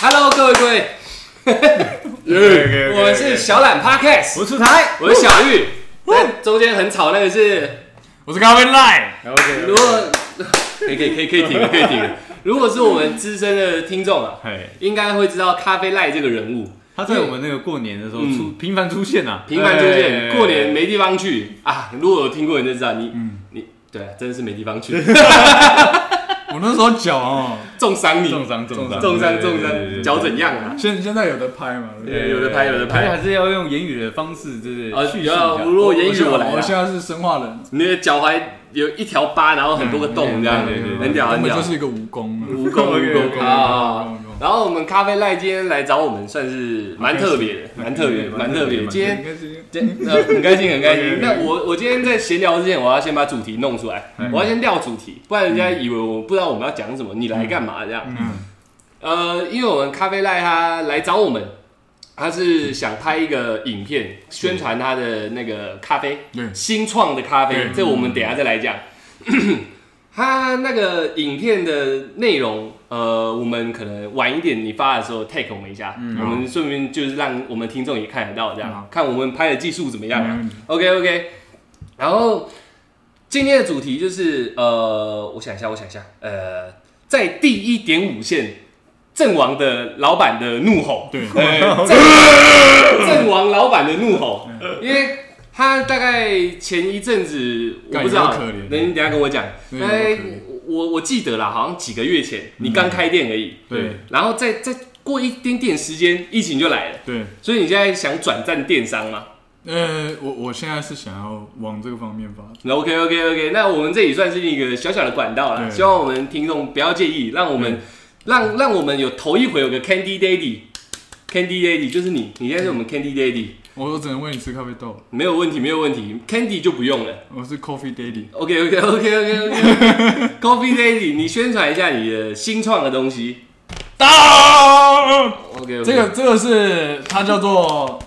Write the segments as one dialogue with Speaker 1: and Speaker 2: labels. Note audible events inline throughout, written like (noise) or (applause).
Speaker 1: Hello，各位各位，我们是小懒 Podcast，
Speaker 2: 我出台，
Speaker 1: 我是小玉，在中间很吵那个是，
Speaker 2: 我是咖啡 line。
Speaker 1: 如果可以可以可以可以停了，可以停了。如果是我们资深的听众啊，
Speaker 2: 嘿，
Speaker 1: 应该会知道咖啡赖这个人物，
Speaker 2: 他在我们那个过年的时候出频繁出现啊，
Speaker 1: 嗯频繁出现，
Speaker 2: 哎
Speaker 1: 过年没地方去啊。如果有听过你就知道，你
Speaker 2: 嗯
Speaker 1: 你对啊，真的是没地方去， (laughs)
Speaker 3: 我那时候脚哦，
Speaker 1: 重伤你，
Speaker 2: 重伤重伤
Speaker 1: 重伤重
Speaker 2: 对对对
Speaker 1: 伤，
Speaker 2: 对
Speaker 1: 脚怎样啊？
Speaker 3: 现现在有的拍嘛？对不对
Speaker 1: 对有的拍有的拍
Speaker 2: 还是要用言语的方式，就是
Speaker 1: 啊
Speaker 2: 叙述一
Speaker 1: 有啊
Speaker 2: 下。
Speaker 1: 如果言语我来
Speaker 3: 我
Speaker 1: 了，
Speaker 3: 现在是生化人，
Speaker 1: 你的脚踝有一条疤，然后很多个洞，这样
Speaker 2: 嗯对对对对
Speaker 1: 很屌
Speaker 3: 根
Speaker 1: 很
Speaker 3: 本
Speaker 1: 屌
Speaker 3: 就。是一个蜈蚣了。
Speaker 1: 蜈蚣，
Speaker 2: OK，
Speaker 1: 蜈蚣
Speaker 2: OK，
Speaker 1: 好好好
Speaker 3: 蜈蚣
Speaker 1: 啊然后我们咖啡赖今天来找我们，算是蛮特别的，蛮特别的，蛮特别的。今天
Speaker 3: 应该是
Speaker 1: 今天呃很开心，很开心
Speaker 2: OK，OK。
Speaker 1: 那我我今天在闲聊之前，我要先把主题弄出来，我要先撂主题，不然人家以为我不知道我们要讲什么，你来干嘛这样？呃，因为我们咖啡赖他来找我们，他是想拍一个影片宣传他的那个咖啡，
Speaker 3: 对
Speaker 1: 新创的咖啡
Speaker 3: 对，
Speaker 1: 这我们等一下再来讲。 (clears throat) 他那个影片的内容，呃，我们可能晚一点你发的时候 tag 我们一下，
Speaker 3: 嗯
Speaker 1: 我们顺便就是让我们听众也看得到，这样、
Speaker 3: 好
Speaker 1: 看我们拍的技术怎么样、啊
Speaker 3: 嗯
Speaker 1: OK OK，然后今天的主题就是呃，我想一下，我想一下，呃，在第一点五线阵亡的老板的怒吼，
Speaker 3: (laughs) 对
Speaker 1: 哎 (laughs) 阵 (laughs) 阵亡老板的怒吼，
Speaker 3: 嗯
Speaker 1: 因为他大概前一阵子我
Speaker 3: 干
Speaker 1: 不知道，
Speaker 3: 有可怜
Speaker 1: 等你等一下跟我讲，
Speaker 3: 真的有
Speaker 1: 哎
Speaker 3: 可怜，嗯
Speaker 1: 我我记得啦，好像几个月前你刚开店而已，
Speaker 3: 对
Speaker 1: 然后再再过一点点时间，疫情就来了，
Speaker 3: 对，
Speaker 1: 所以你现在想转战电商吗？
Speaker 3: 呃，我我现在是想要往这个方面发展。
Speaker 1: OK OK OK，那我们这里算是一个小小的管道啦，
Speaker 3: 对
Speaker 1: 希望我们听众不要介意，让我们让让我们有头一回有个 Candy Daddy，Candy Daddy 就是你，你现在是我们 Candy Daddy，
Speaker 3: 我我只能喂你吃咖啡豆，
Speaker 1: 没有问题没有问题，Candy 就不用了。
Speaker 3: 我是 Coffee Daddy。
Speaker 1: OK OK OK OK OK，Coffee
Speaker 3: (laughs)
Speaker 1: Daddy，你宣传一下你的新创的东西。啊
Speaker 3: 到
Speaker 1: OK，, o
Speaker 3: 这个这个是它叫做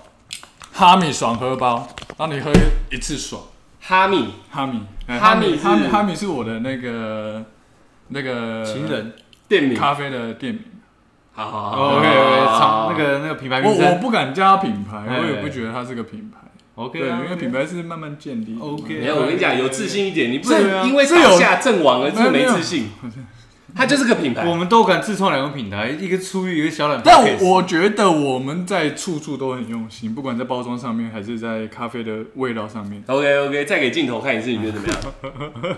Speaker 3: 哈密爽喝包，让你喝一次爽。
Speaker 1: 哈密
Speaker 3: 哈密，哎
Speaker 1: 哈
Speaker 3: 哈
Speaker 1: 密
Speaker 3: 密，
Speaker 1: 是
Speaker 3: 哈密，哈密是我的那个那个
Speaker 2: 情人
Speaker 1: 店名，好
Speaker 3: 咖啡的店名。
Speaker 1: 好好好
Speaker 2: ，OK，
Speaker 1: 好
Speaker 2: 那个那个品牌
Speaker 3: 我
Speaker 2: 名
Speaker 3: 我
Speaker 1: 哦
Speaker 2: 称
Speaker 3: 不敢叫它品牌，
Speaker 2: 哎啊
Speaker 3: 我也不觉得它是个品牌。
Speaker 2: ，OK，
Speaker 3: 对，因为品
Speaker 2: 牌
Speaker 3: 牌是慢慢建立的嘛。啊
Speaker 2: OK
Speaker 1: 没有，我跟你讲，有自信一点，你不
Speaker 3: 对啊
Speaker 1: 能因为
Speaker 3: 这
Speaker 1: 打
Speaker 3: 有
Speaker 1: 下阵亡而就
Speaker 3: 没
Speaker 1: 没
Speaker 3: 有没有
Speaker 1: 自信。它就是个品牌，
Speaker 2: 我们都敢自创两个品牌，一个出狱，一个小懒 podcast。
Speaker 3: 但我我觉得我们在处处都很用心，不管在包装上面还是在咖啡的味道上面。
Speaker 1: OK OK，再给镜头看一次，你觉得怎么样？
Speaker 3: (laughs)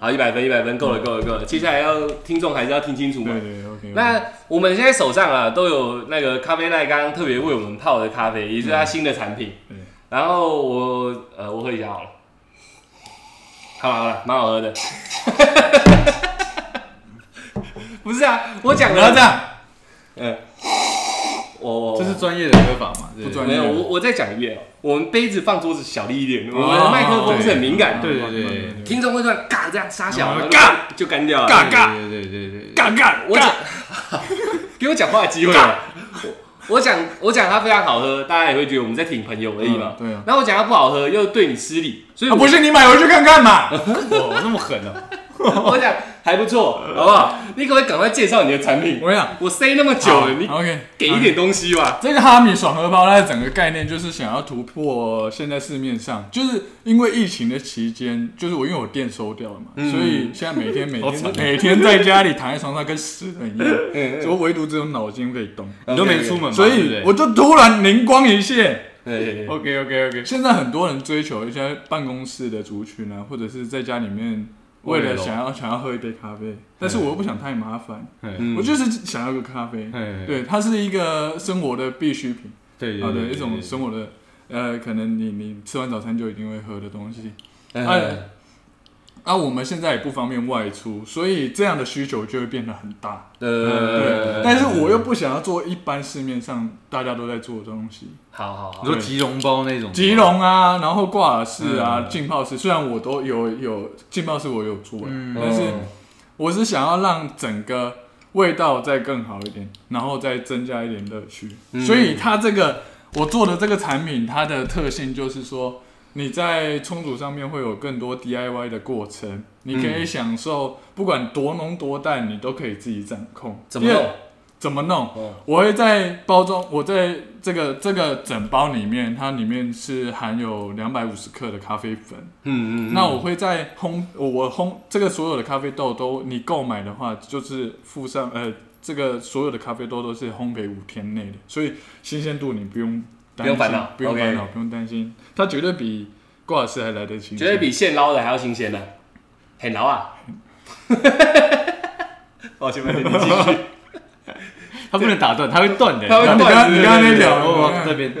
Speaker 1: 好，一百分，一百分，够了，够了，够了。接下来要听众还是要听清楚嘛
Speaker 3: 对。对，OK。
Speaker 1: 那我们现在手上啊都有那个咖啡赖刚刚特别为我们泡的咖啡，也就是它新的产品。
Speaker 3: 对
Speaker 1: 然后我呃，我喝一下好了，好了好了，蛮好喝的。不是啊，我讲
Speaker 2: 然后
Speaker 1: 了
Speaker 2: 这，样，
Speaker 1: 嗯，我我
Speaker 2: 这是专业的喝法嘛？对
Speaker 3: 不专
Speaker 1: 没有，我我再讲一遍哦，我们杯子放桌子小力一点，我们
Speaker 3: 哦
Speaker 1: 的麦克风是很敏感的。
Speaker 2: 对对对对
Speaker 1: 听众会突然嘎这样杀小，
Speaker 3: 嗯
Speaker 1: 嘎就干掉了。
Speaker 3: 尬尬
Speaker 2: 对对对对对，
Speaker 3: 干干，
Speaker 1: 我讲，给我讲话的机会啊。我我讲我讲它非常好喝，大家也会觉得我们在挺朋友而已嘛
Speaker 3: 嗯。对啊
Speaker 1: 然后我讲它不好喝，又对你失礼，所以
Speaker 3: 啊
Speaker 1: 我
Speaker 3: 不是你买回去看看嘛？
Speaker 2: 哇，那么狠啊！
Speaker 1: 我讲还不错，好不好？你可不可以赶快介绍你的产品？
Speaker 3: 我跟你讲，
Speaker 1: 我 say 那么久了，你
Speaker 3: 好 OK
Speaker 1: 给一点东西吧。
Speaker 3: 这个哈密爽荷包，它的整个概念就是想要突破现在市面上，就是因为疫情的期间，就是我因为我店收掉了嘛，所以现在每天每
Speaker 2: 好惨啊
Speaker 3: 天每天 (laughs) 在家里躺在床上跟死人一
Speaker 1: 嗯
Speaker 3: 样，我唯独只有脑筋可以动，
Speaker 2: 你都没出门嘛，
Speaker 3: 所
Speaker 2: 对不对
Speaker 3: 以我就突然灵光一现。
Speaker 1: 对，
Speaker 3: OK OK OK，现在很多人追求一些办公室的族群啊，或者是在家里面为
Speaker 2: 为
Speaker 3: 了
Speaker 2: 了
Speaker 3: 想要想要喝一杯咖啡，但是我又不想太麻烦，
Speaker 2: 嗯
Speaker 3: 我就是想要个咖啡。
Speaker 2: 嗯
Speaker 3: 对，它是一个生活的必需品。
Speaker 2: 对对
Speaker 3: 好的
Speaker 2: 对，
Speaker 3: 啊一种生活的，呃，可能你你吃完早餐就一定会喝的东西。
Speaker 1: 哎
Speaker 2: 嗯
Speaker 3: 哎，啊，我们现在也不方便外出，所以这样的需求就会变得很大。
Speaker 1: 呃
Speaker 2: 嗯
Speaker 3: 对，，但是我又不想要做一般市面上大家都在做的东西，
Speaker 1: 好好好
Speaker 2: 你，说吉隆包那种，
Speaker 3: 吉隆啊，然后挂耳式啊，
Speaker 2: 嗯
Speaker 3: 浸泡式，虽然我都有有浸泡式我有做，
Speaker 2: 嗯
Speaker 3: 但是我是想要让整个味道再更好一点，然后再增加一点乐趣。
Speaker 1: 嗯
Speaker 3: 所以它这个我做的这个产品，它的特性就是说，你在冲煮上面会有更多 DIY 的过程，你可以享受不管多浓多淡，你都可以自己掌控。
Speaker 1: 怎么
Speaker 3: 因为
Speaker 1: 弄？
Speaker 3: 怎么弄？
Speaker 1: 哦
Speaker 3: 我会在包装，我在这个这个整包里面，它里面是含有两百五十克的咖啡粉。
Speaker 1: 嗯嗯，
Speaker 3: 那我会在烘，我我烘这个所有的咖啡豆都，你购买的话就是附上呃，这个所有的咖啡豆都是烘焙五天内的，所以新鲜度你不用担心
Speaker 1: 不用烦恼
Speaker 3: 不用烦恼
Speaker 1: OK
Speaker 3: 不用担心，它绝对比挂耳式还来得新鲜，
Speaker 1: 绝对比现捞的还要新鲜呢、很捞啊！抱歉，抱歉，你继续。 (laughs)
Speaker 2: 他不能打断，他会断的。
Speaker 1: 他会
Speaker 3: 那你刚刚
Speaker 2: 네.
Speaker 3: 你刚刚那条
Speaker 2: 我这边 네.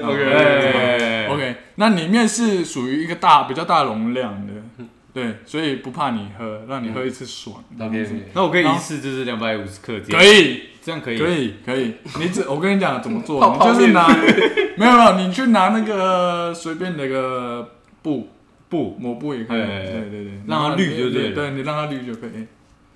Speaker 1: OK
Speaker 3: OK，那里面是属于一个大比较大容量的，
Speaker 1: 嗯
Speaker 3: 对，所以不怕你喝，让你喝一次爽。
Speaker 1: OK，
Speaker 2: 那我可以一次就是两百五十克，
Speaker 3: 可，以，
Speaker 2: 这样可以。
Speaker 3: 可以，可以。你只我跟你讲怎么做，
Speaker 1: (laughs) 泡泡面
Speaker 3: 你就是拿，没有没有，你去拿那个随便那个布
Speaker 2: 不，
Speaker 3: 抹布也可以，
Speaker 2: 哎
Speaker 3: 对对对，
Speaker 2: 让它绿就对
Speaker 3: 对，
Speaker 2: 了
Speaker 3: 对你让它绿就可以，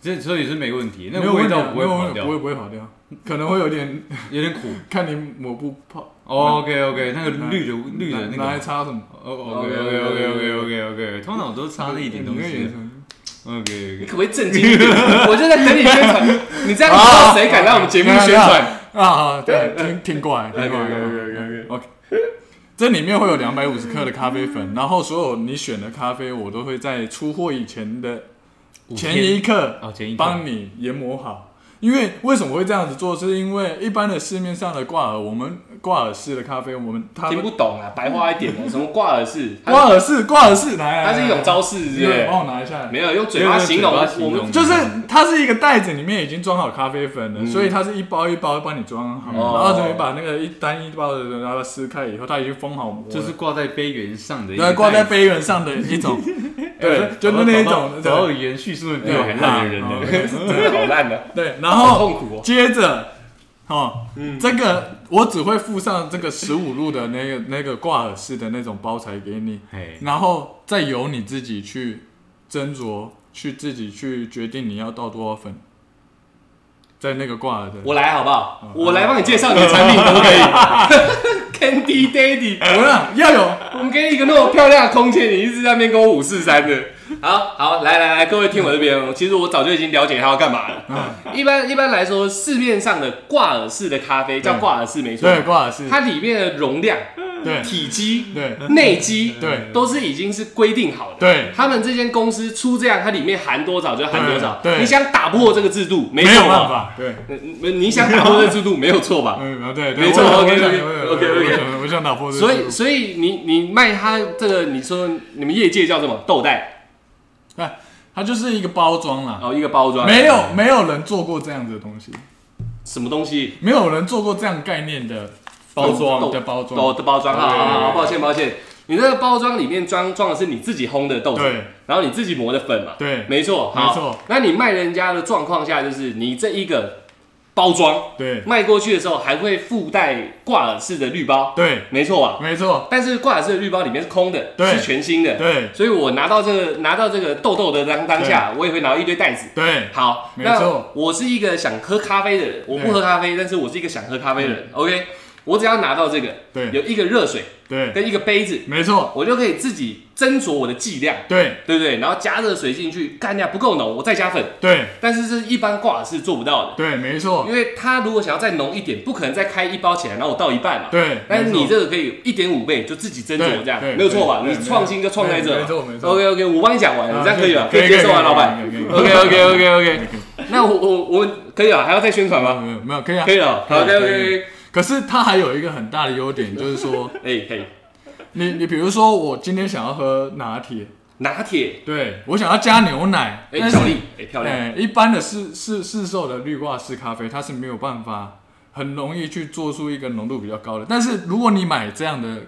Speaker 2: 这所以是没问题，那
Speaker 3: 没有
Speaker 2: 个味
Speaker 3: 问题啊
Speaker 2: 道不会
Speaker 3: 没有
Speaker 2: 跑
Speaker 3: 问题
Speaker 2: 掉
Speaker 3: 不，会不会跑掉，可能会有点 (laughs)
Speaker 2: 有点苦。
Speaker 3: 看你抹布泡
Speaker 2: OK OK，那个绿的绿的那
Speaker 3: 拿拿来
Speaker 2: 个。
Speaker 3: 擦什么，
Speaker 2: OK OK OK OK OK OK，通常我都差那一点东
Speaker 3: 哎你那个眼
Speaker 2: 西。
Speaker 3: 神
Speaker 2: OK
Speaker 1: 你可不可以正经一点？我就在等你宣传，你这样不知道谁敢来我们节目宣传？
Speaker 3: 啊，好对，听听过
Speaker 2: (laughs)
Speaker 3: 来，听过来。
Speaker 1: OK，OK，OK，OK
Speaker 3: OK，这里面会有两百五十克的咖啡粉，然后所有你选的咖啡，我都会在出货以前的前一刻
Speaker 2: 哦前一刻
Speaker 3: 帮你研磨好。因为为什么会这样子做，是因为一般的市面上的挂耳，我们挂耳式的咖啡，我们它
Speaker 1: 听不懂啊，白话一点啊，什么挂耳式？它
Speaker 3: 挂耳式挂耳式来，来
Speaker 1: 它是一种，招式，
Speaker 3: 来
Speaker 1: 是不
Speaker 3: 对
Speaker 1: 是？
Speaker 3: 帮我拿一下。
Speaker 1: 没有用嘴巴形容，
Speaker 2: 没有用嘴巴形
Speaker 1: 我
Speaker 2: 容
Speaker 1: 们
Speaker 3: 就是它是一个袋子，里面已经装好咖啡粉了，所以它是一包一包帮你装好，
Speaker 1: 嗯哦
Speaker 3: 然后等于把那个一单一包的，然后撕开以后，它已经封好膜了，
Speaker 2: 就是挂在杯缘上的，
Speaker 3: 对挂在杯缘上的一
Speaker 1: (laughs)
Speaker 3: 种，对，就是那一种
Speaker 2: 然后
Speaker 3: 对
Speaker 2: 语言叙述的比
Speaker 3: 对
Speaker 2: 我还烂的人
Speaker 3: 好
Speaker 2: 呢。
Speaker 1: 真的好烂的，
Speaker 3: 对，然
Speaker 1: 好
Speaker 3: 后
Speaker 1: 痛苦哦。嗯
Speaker 3: 接着哦，这个我只会附上这个十五路的那个那个挂耳式的那种包材给你，
Speaker 2: 哎，
Speaker 3: 然后再由你自己去斟酌，去自己去决定你要倒多少粉，在那个挂耳的。
Speaker 1: 我来好不好？我来帮你介绍你的产品，可不可以？Candy Daddy。
Speaker 3: 我让要有
Speaker 1: 我们给你一个那么漂亮的空间，你一直在那边跟我五四三的。好好，来来来，各位听我这边，哦其实我早就已经了解他要干嘛了。
Speaker 3: 嗯
Speaker 1: 一般一般来说，市面上的挂耳式的咖啡叫挂耳式没错，
Speaker 3: 对挂耳式，
Speaker 1: 它里面的容量、
Speaker 3: 对
Speaker 1: 体积、
Speaker 3: 对
Speaker 1: 内积，
Speaker 3: 对
Speaker 1: 都是已经是规定好的。
Speaker 3: 对
Speaker 1: 他们这间公司出这样，它里面含多少就含多少。
Speaker 3: 对对
Speaker 1: 你想打破这个制度，没
Speaker 3: 没有
Speaker 1: 错
Speaker 3: 办
Speaker 1: 吧？
Speaker 3: 法，对，
Speaker 1: 嗯你想打破这个制度，没有错吧？
Speaker 3: 嗯，对，对
Speaker 1: 没错
Speaker 3: 我想
Speaker 1: OK，OK，
Speaker 3: 我想我想
Speaker 1: OK，OK
Speaker 3: 我想我想打破这个
Speaker 1: 所
Speaker 3: 记
Speaker 1: 以
Speaker 3: 录
Speaker 1: 所以你你卖它这个，你说你们业界叫什么豆袋？
Speaker 3: 哎，它就是一个包装啦，
Speaker 1: 然后哦一个包装，
Speaker 3: 没有没有人做过这样子的东西，
Speaker 1: 什么东西。
Speaker 3: 没有人做过这样概念的
Speaker 2: 包装
Speaker 3: 的包装，
Speaker 1: 豆的包装，好
Speaker 2: 对
Speaker 1: 好好，抱歉抱歉，你这个包装里面装装的是你自己烘的豆子
Speaker 3: 对，
Speaker 1: 然后你自己磨的粉嘛，
Speaker 3: 对
Speaker 1: 没错，好
Speaker 3: 没错。
Speaker 1: 那你卖人家的状况下，就是你这一个包装
Speaker 3: 对
Speaker 1: 卖过去的时候，还会附带挂耳式的绿包，
Speaker 3: 对，
Speaker 1: 没错吧？
Speaker 3: 没错，
Speaker 1: 但是挂耳式的绿包里面是空的，
Speaker 3: 对
Speaker 1: 是全新的，
Speaker 3: 对
Speaker 1: 所以我拿到这个拿到这个豆豆的当当下，我也会拿到一堆袋子。
Speaker 3: 对
Speaker 1: 好，
Speaker 3: 没
Speaker 1: 那
Speaker 3: 错
Speaker 1: 我是一个想喝咖啡的人，我不
Speaker 3: 对
Speaker 1: 喝咖啡，但是我是一个想喝咖啡的人。OK，我只要拿到这个，有
Speaker 3: 对
Speaker 1: 一个热水
Speaker 3: 对，
Speaker 1: 跟一个杯子，
Speaker 3: 没错，
Speaker 1: 我就可以自己斟酌我的剂量，
Speaker 3: 对
Speaker 1: 对不对？然后加热水进去，干掉不够浓，我再加粉。
Speaker 3: 对
Speaker 1: 但是这一般挂耳是做不到的，
Speaker 3: 对，没错，
Speaker 1: 因为它如果想要再浓一点，不可能再开一包起来，然后我倒一半嘛。
Speaker 3: 对
Speaker 1: 但是你
Speaker 3: 没错
Speaker 1: 这个可以一点五倍，就自己斟
Speaker 3: 对
Speaker 1: 酌这样
Speaker 3: 对，
Speaker 1: 没有错吧？
Speaker 3: 对
Speaker 1: 你
Speaker 3: 对
Speaker 1: 创新就创在这嘛。
Speaker 3: 对没错没错
Speaker 1: OK OK，我帮你讲完了，
Speaker 3: 啊
Speaker 1: 你这样可以吧？
Speaker 3: 可以
Speaker 1: 接受
Speaker 3: 可
Speaker 1: 吗，
Speaker 3: 以
Speaker 1: 老板
Speaker 3: 可以可以可以可以
Speaker 1: ？OK OK OK OK。那我我我可以啊了，还要再宣传吗？
Speaker 3: 没有没有可以啊
Speaker 1: 可，以了。
Speaker 3: 可以
Speaker 1: OK
Speaker 3: 可以
Speaker 1: OK。
Speaker 3: 可是它还有一个很大的优点，就是说，
Speaker 1: 哎，可以。
Speaker 3: 你你比如说我今天想要喝拿铁，
Speaker 1: 拿铁，
Speaker 3: 对我想要加牛奶，
Speaker 1: 哎，
Speaker 3: 但是
Speaker 1: 小丽，哎，漂亮。
Speaker 3: 哎、一般的市市市售的绿挂式咖啡，它是没有办法很容易去做出一个浓度比较高的。但是如果你买这样的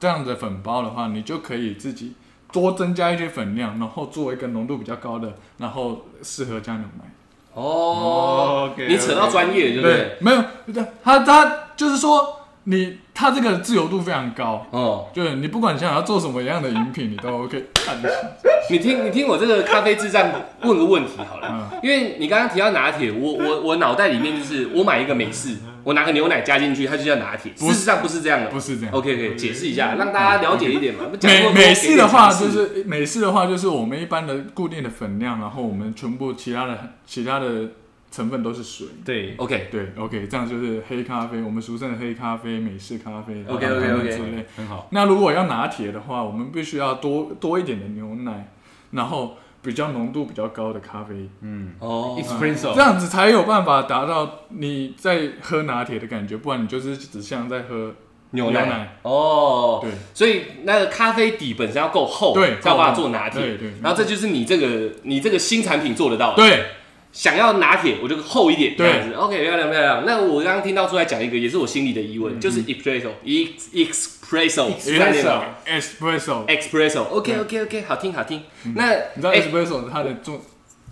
Speaker 3: 这样的粉包的话，你就可以自己多增加一些粉量，然后做一个浓度比较高的，然后适合加牛奶。
Speaker 1: 哦
Speaker 2: 哦，OK，
Speaker 1: 你扯到
Speaker 2: OK
Speaker 1: 专业，对不对？，
Speaker 3: 没有，它它就是说你它这个自由度非常高。
Speaker 1: 哦，
Speaker 3: 就是你不管你想要做什么样的饮品，你都 OK。
Speaker 1: 你听，你听我这个咖啡智障问个问题好
Speaker 3: 嗯
Speaker 1: 了，因为你刚刚提到拿铁，我我我脑袋里面就是我买一个美式，我拿个牛奶加进去，它就叫拿铁。事
Speaker 3: 嗯不是
Speaker 1: 实上不是这样的，
Speaker 3: 不是这样
Speaker 1: OK，可以解释一下，让大家了解一点嘛。不讲
Speaker 3: 美
Speaker 1: 过
Speaker 3: 美式的话就是美式的话就是我们一般的固定的粉量，然后我们全部其他的其他的成分都是水。
Speaker 2: 对，
Speaker 1: OK，
Speaker 3: 对，OK，这样就是黑咖啡，我们俗称的黑咖啡、美式咖啡啊
Speaker 1: OK，OK，OK
Speaker 3: 等等之类。
Speaker 2: 很好。
Speaker 3: 那如果要拿铁的话，我们必须要多多一点的牛奶，然后比较浓度比较高的咖啡，
Speaker 2: 嗯
Speaker 1: 哦
Speaker 2: ，espresso，
Speaker 3: 这样子才有办法达到你在喝拿铁的感觉，不然你就是只像在喝
Speaker 1: 牛
Speaker 3: 牛
Speaker 1: 奶
Speaker 3: 奶
Speaker 1: 哦，
Speaker 3: 对
Speaker 1: 所以那个咖啡底本身要够厚，
Speaker 3: 对
Speaker 1: 才有办法做拿
Speaker 3: 对
Speaker 1: 铁。
Speaker 3: 对
Speaker 1: 然后这就是你这个你这个新产品做得到的。
Speaker 3: 对
Speaker 1: 想要拿铁，我就厚一点这
Speaker 3: 对
Speaker 1: 样子。OK，漂亮漂亮。那我刚刚听到出来讲一个，也是我心里的疑
Speaker 3: 嗯
Speaker 1: 问，就是 espresso，ex espresso，概念吧
Speaker 3: espresso，
Speaker 1: espresso。OK OK OK，好听好听。那
Speaker 3: 嗯你知道
Speaker 1: 哎
Speaker 3: espresso 它的重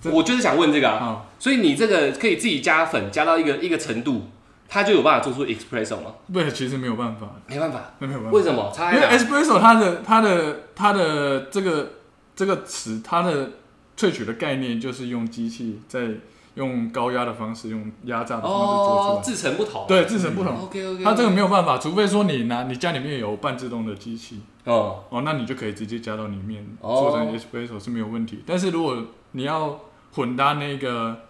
Speaker 3: 这
Speaker 1: 我就是想问这个啊，
Speaker 3: 啊，
Speaker 1: 所以你这个可以自己加粉，加到一个一个程度，它就有办法做出 espresso 吗？
Speaker 3: (laughs) 对，其实没有办法，
Speaker 1: 没办法，
Speaker 3: 那没有办法
Speaker 1: 为。什么？差
Speaker 3: 嗯因为
Speaker 1: 在哪？
Speaker 3: espresso 它的它的它的这个这个词，它的萃取的概念就是用机器在用高压的方式，用压榨的方式
Speaker 1: 哦
Speaker 3: 做，出来。
Speaker 1: 制成不同。
Speaker 3: 对，制成不同，
Speaker 1: ，OK OK。
Speaker 3: 它这个没有办法，除非说你拿你家里面有半自动的机器
Speaker 1: 哦，
Speaker 3: 哦，那你就可以直接加到里面
Speaker 1: 哦
Speaker 3: 做成 espresso 是没有问题。但是如果你要混搭那个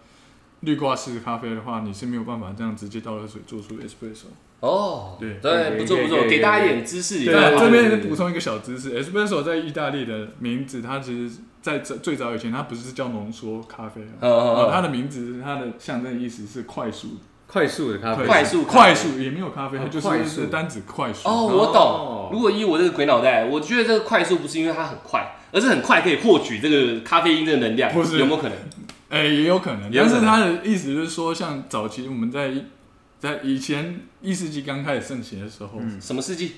Speaker 3: 绿挂式咖啡的话，你是没有办法这样直接倒热水做出 espresso。
Speaker 1: 哦，
Speaker 3: 对
Speaker 1: 对，
Speaker 2: 对
Speaker 1: 不错不错，
Speaker 2: 对对
Speaker 1: 给大家一点知识。也
Speaker 3: 对，
Speaker 1: 蛮好
Speaker 3: 这
Speaker 1: 的
Speaker 3: 边补充一个小知识，espresso 在意大利的名字，它其实在这最早以前，它不是叫浓缩咖啡
Speaker 1: 嗯嗯嗯
Speaker 3: 哦，它的名字它的象征意思是快速，
Speaker 2: 快速的咖啡，
Speaker 1: 啊快速
Speaker 3: 快速也没有咖啡，
Speaker 2: 哦
Speaker 3: 它就
Speaker 2: 快
Speaker 3: 是
Speaker 2: 速
Speaker 3: 是单指快速。
Speaker 1: 哦，我懂。如果以我这个鬼脑袋，我觉得这个快速不是因为它很快，而是很快可以获取这个咖啡因的能量，
Speaker 3: 不是
Speaker 1: 有没有可能？
Speaker 3: 哎，也有可能，
Speaker 1: 也有可能
Speaker 3: 但是它的意思就是说，像早期我们在在以前一世纪刚开始盛行的时候，
Speaker 2: 嗯
Speaker 1: 什么世纪？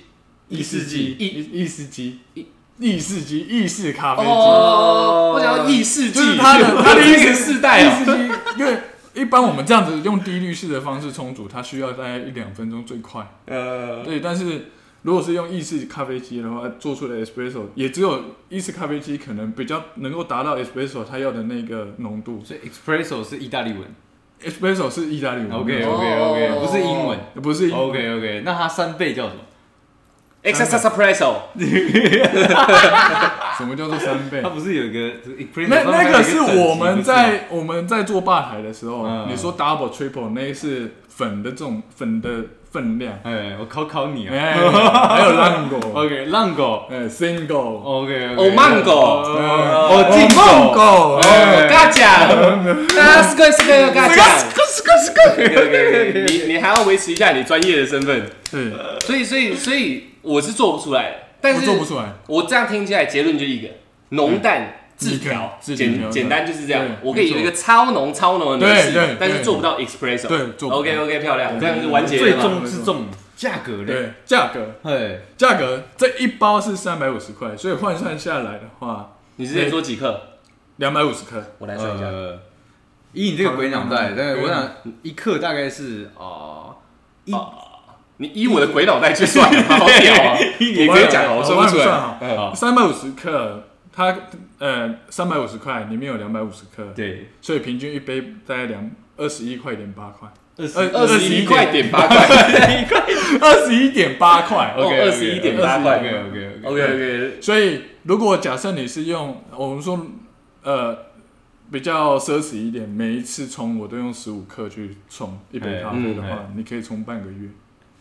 Speaker 3: 一世纪
Speaker 1: 一
Speaker 3: 一一世纪
Speaker 1: 一
Speaker 3: 意式机意式咖啡机。
Speaker 1: 哦，我想要异世纪，
Speaker 3: 就是它的它的意思
Speaker 1: 这个世代
Speaker 3: 意
Speaker 1: 啊。
Speaker 3: 式机，因为一般我们这样子用低滤式的方式冲煮，它需要大概一两分钟最快。
Speaker 1: 呃，
Speaker 3: 对，但是如果是用意式咖啡机的话，做出的 espresso 也只有意式咖啡机可能比较能够达到 espresso 它要的那个浓度。
Speaker 2: 所以 espresso 是意大利文
Speaker 3: espresso 是意大利文
Speaker 2: ，OK 哦 OK OK，
Speaker 1: 哦
Speaker 2: 不是英文
Speaker 3: 不是英文
Speaker 2: ，OK OK，那它三倍叫什么？
Speaker 1: excess espresso，
Speaker 3: 什么叫做三倍
Speaker 2: 它。不是有一个
Speaker 3: 那那个是我们，
Speaker 2: espresso 上面还有一等级不是吗
Speaker 3: 在我们在做吧台的时候，
Speaker 2: 嗯
Speaker 3: 你说 double triple 那是粉的这种粉的
Speaker 2: (laughs)
Speaker 3: 分量，
Speaker 2: 哎，我考考你啊
Speaker 3: 哎，还有 lango，
Speaker 2: ，OK，浪狗
Speaker 3: 哎 single，
Speaker 2: ，OK，
Speaker 1: 哦，曼狗，
Speaker 2: 哦，
Speaker 1: 哦，
Speaker 2: 进狗，
Speaker 3: 梦狗，
Speaker 1: 哦，嘎讲，大家是个是个嘎讲。
Speaker 3: 是个是个。
Speaker 1: 对对对你你还要维持一下你专业的身份，
Speaker 3: 对，
Speaker 1: 所以所以所以我是做不出来的，但
Speaker 3: 我
Speaker 1: 是
Speaker 3: 做不出来。
Speaker 1: 我这样听起来结论就一个浓
Speaker 3: 嗯
Speaker 1: 淡自调，
Speaker 3: 自调自
Speaker 1: 简
Speaker 3: 调
Speaker 1: 简单就是这样
Speaker 3: 对。
Speaker 1: 我可以有一个超浓超浓的
Speaker 3: 对
Speaker 1: 美式
Speaker 3: 对，
Speaker 1: 但是
Speaker 3: 对
Speaker 1: 做不到 espresso。
Speaker 3: 对做不到
Speaker 1: OK OK 漂亮，这样就完结
Speaker 2: 最
Speaker 1: 了嘛。
Speaker 2: 重之重，价格嘞，
Speaker 3: 对，价格，
Speaker 2: 哎，
Speaker 3: 价格这一包是三百五十块，所以换算下来的话，
Speaker 1: 你之前说几克？
Speaker 3: 两百五十克。
Speaker 1: 我来算一下，
Speaker 2: 呃，以你这个鬼脑袋，
Speaker 3: 嗯
Speaker 2: 但是我
Speaker 3: 对
Speaker 2: 想一克大概是
Speaker 1: (laughs)
Speaker 2: 啊一
Speaker 1: 你以我的鬼脑袋去
Speaker 3: (laughs)
Speaker 1: 算，好屌啊！也可以讲哦，我算不出
Speaker 3: 我帮你算
Speaker 1: 来
Speaker 3: 好。
Speaker 1: 嗯
Speaker 3: 三百五十克，它呃三百五十块里面有两百五十克，
Speaker 2: 对
Speaker 3: 所以平均一杯大概两二十一块点八块，
Speaker 2: 二十
Speaker 3: 呃
Speaker 1: 二十一块点八块
Speaker 3: 二十一点八块。
Speaker 1: 哦21.8块
Speaker 2: OK OK
Speaker 1: ，OK OK，
Speaker 3: 所以，如果假设你是用我们说，呃，比较奢侈一点，每一次冲我都用十五克去冲一杯咖啡的
Speaker 2: 哎
Speaker 3: 话，你可以冲半个月，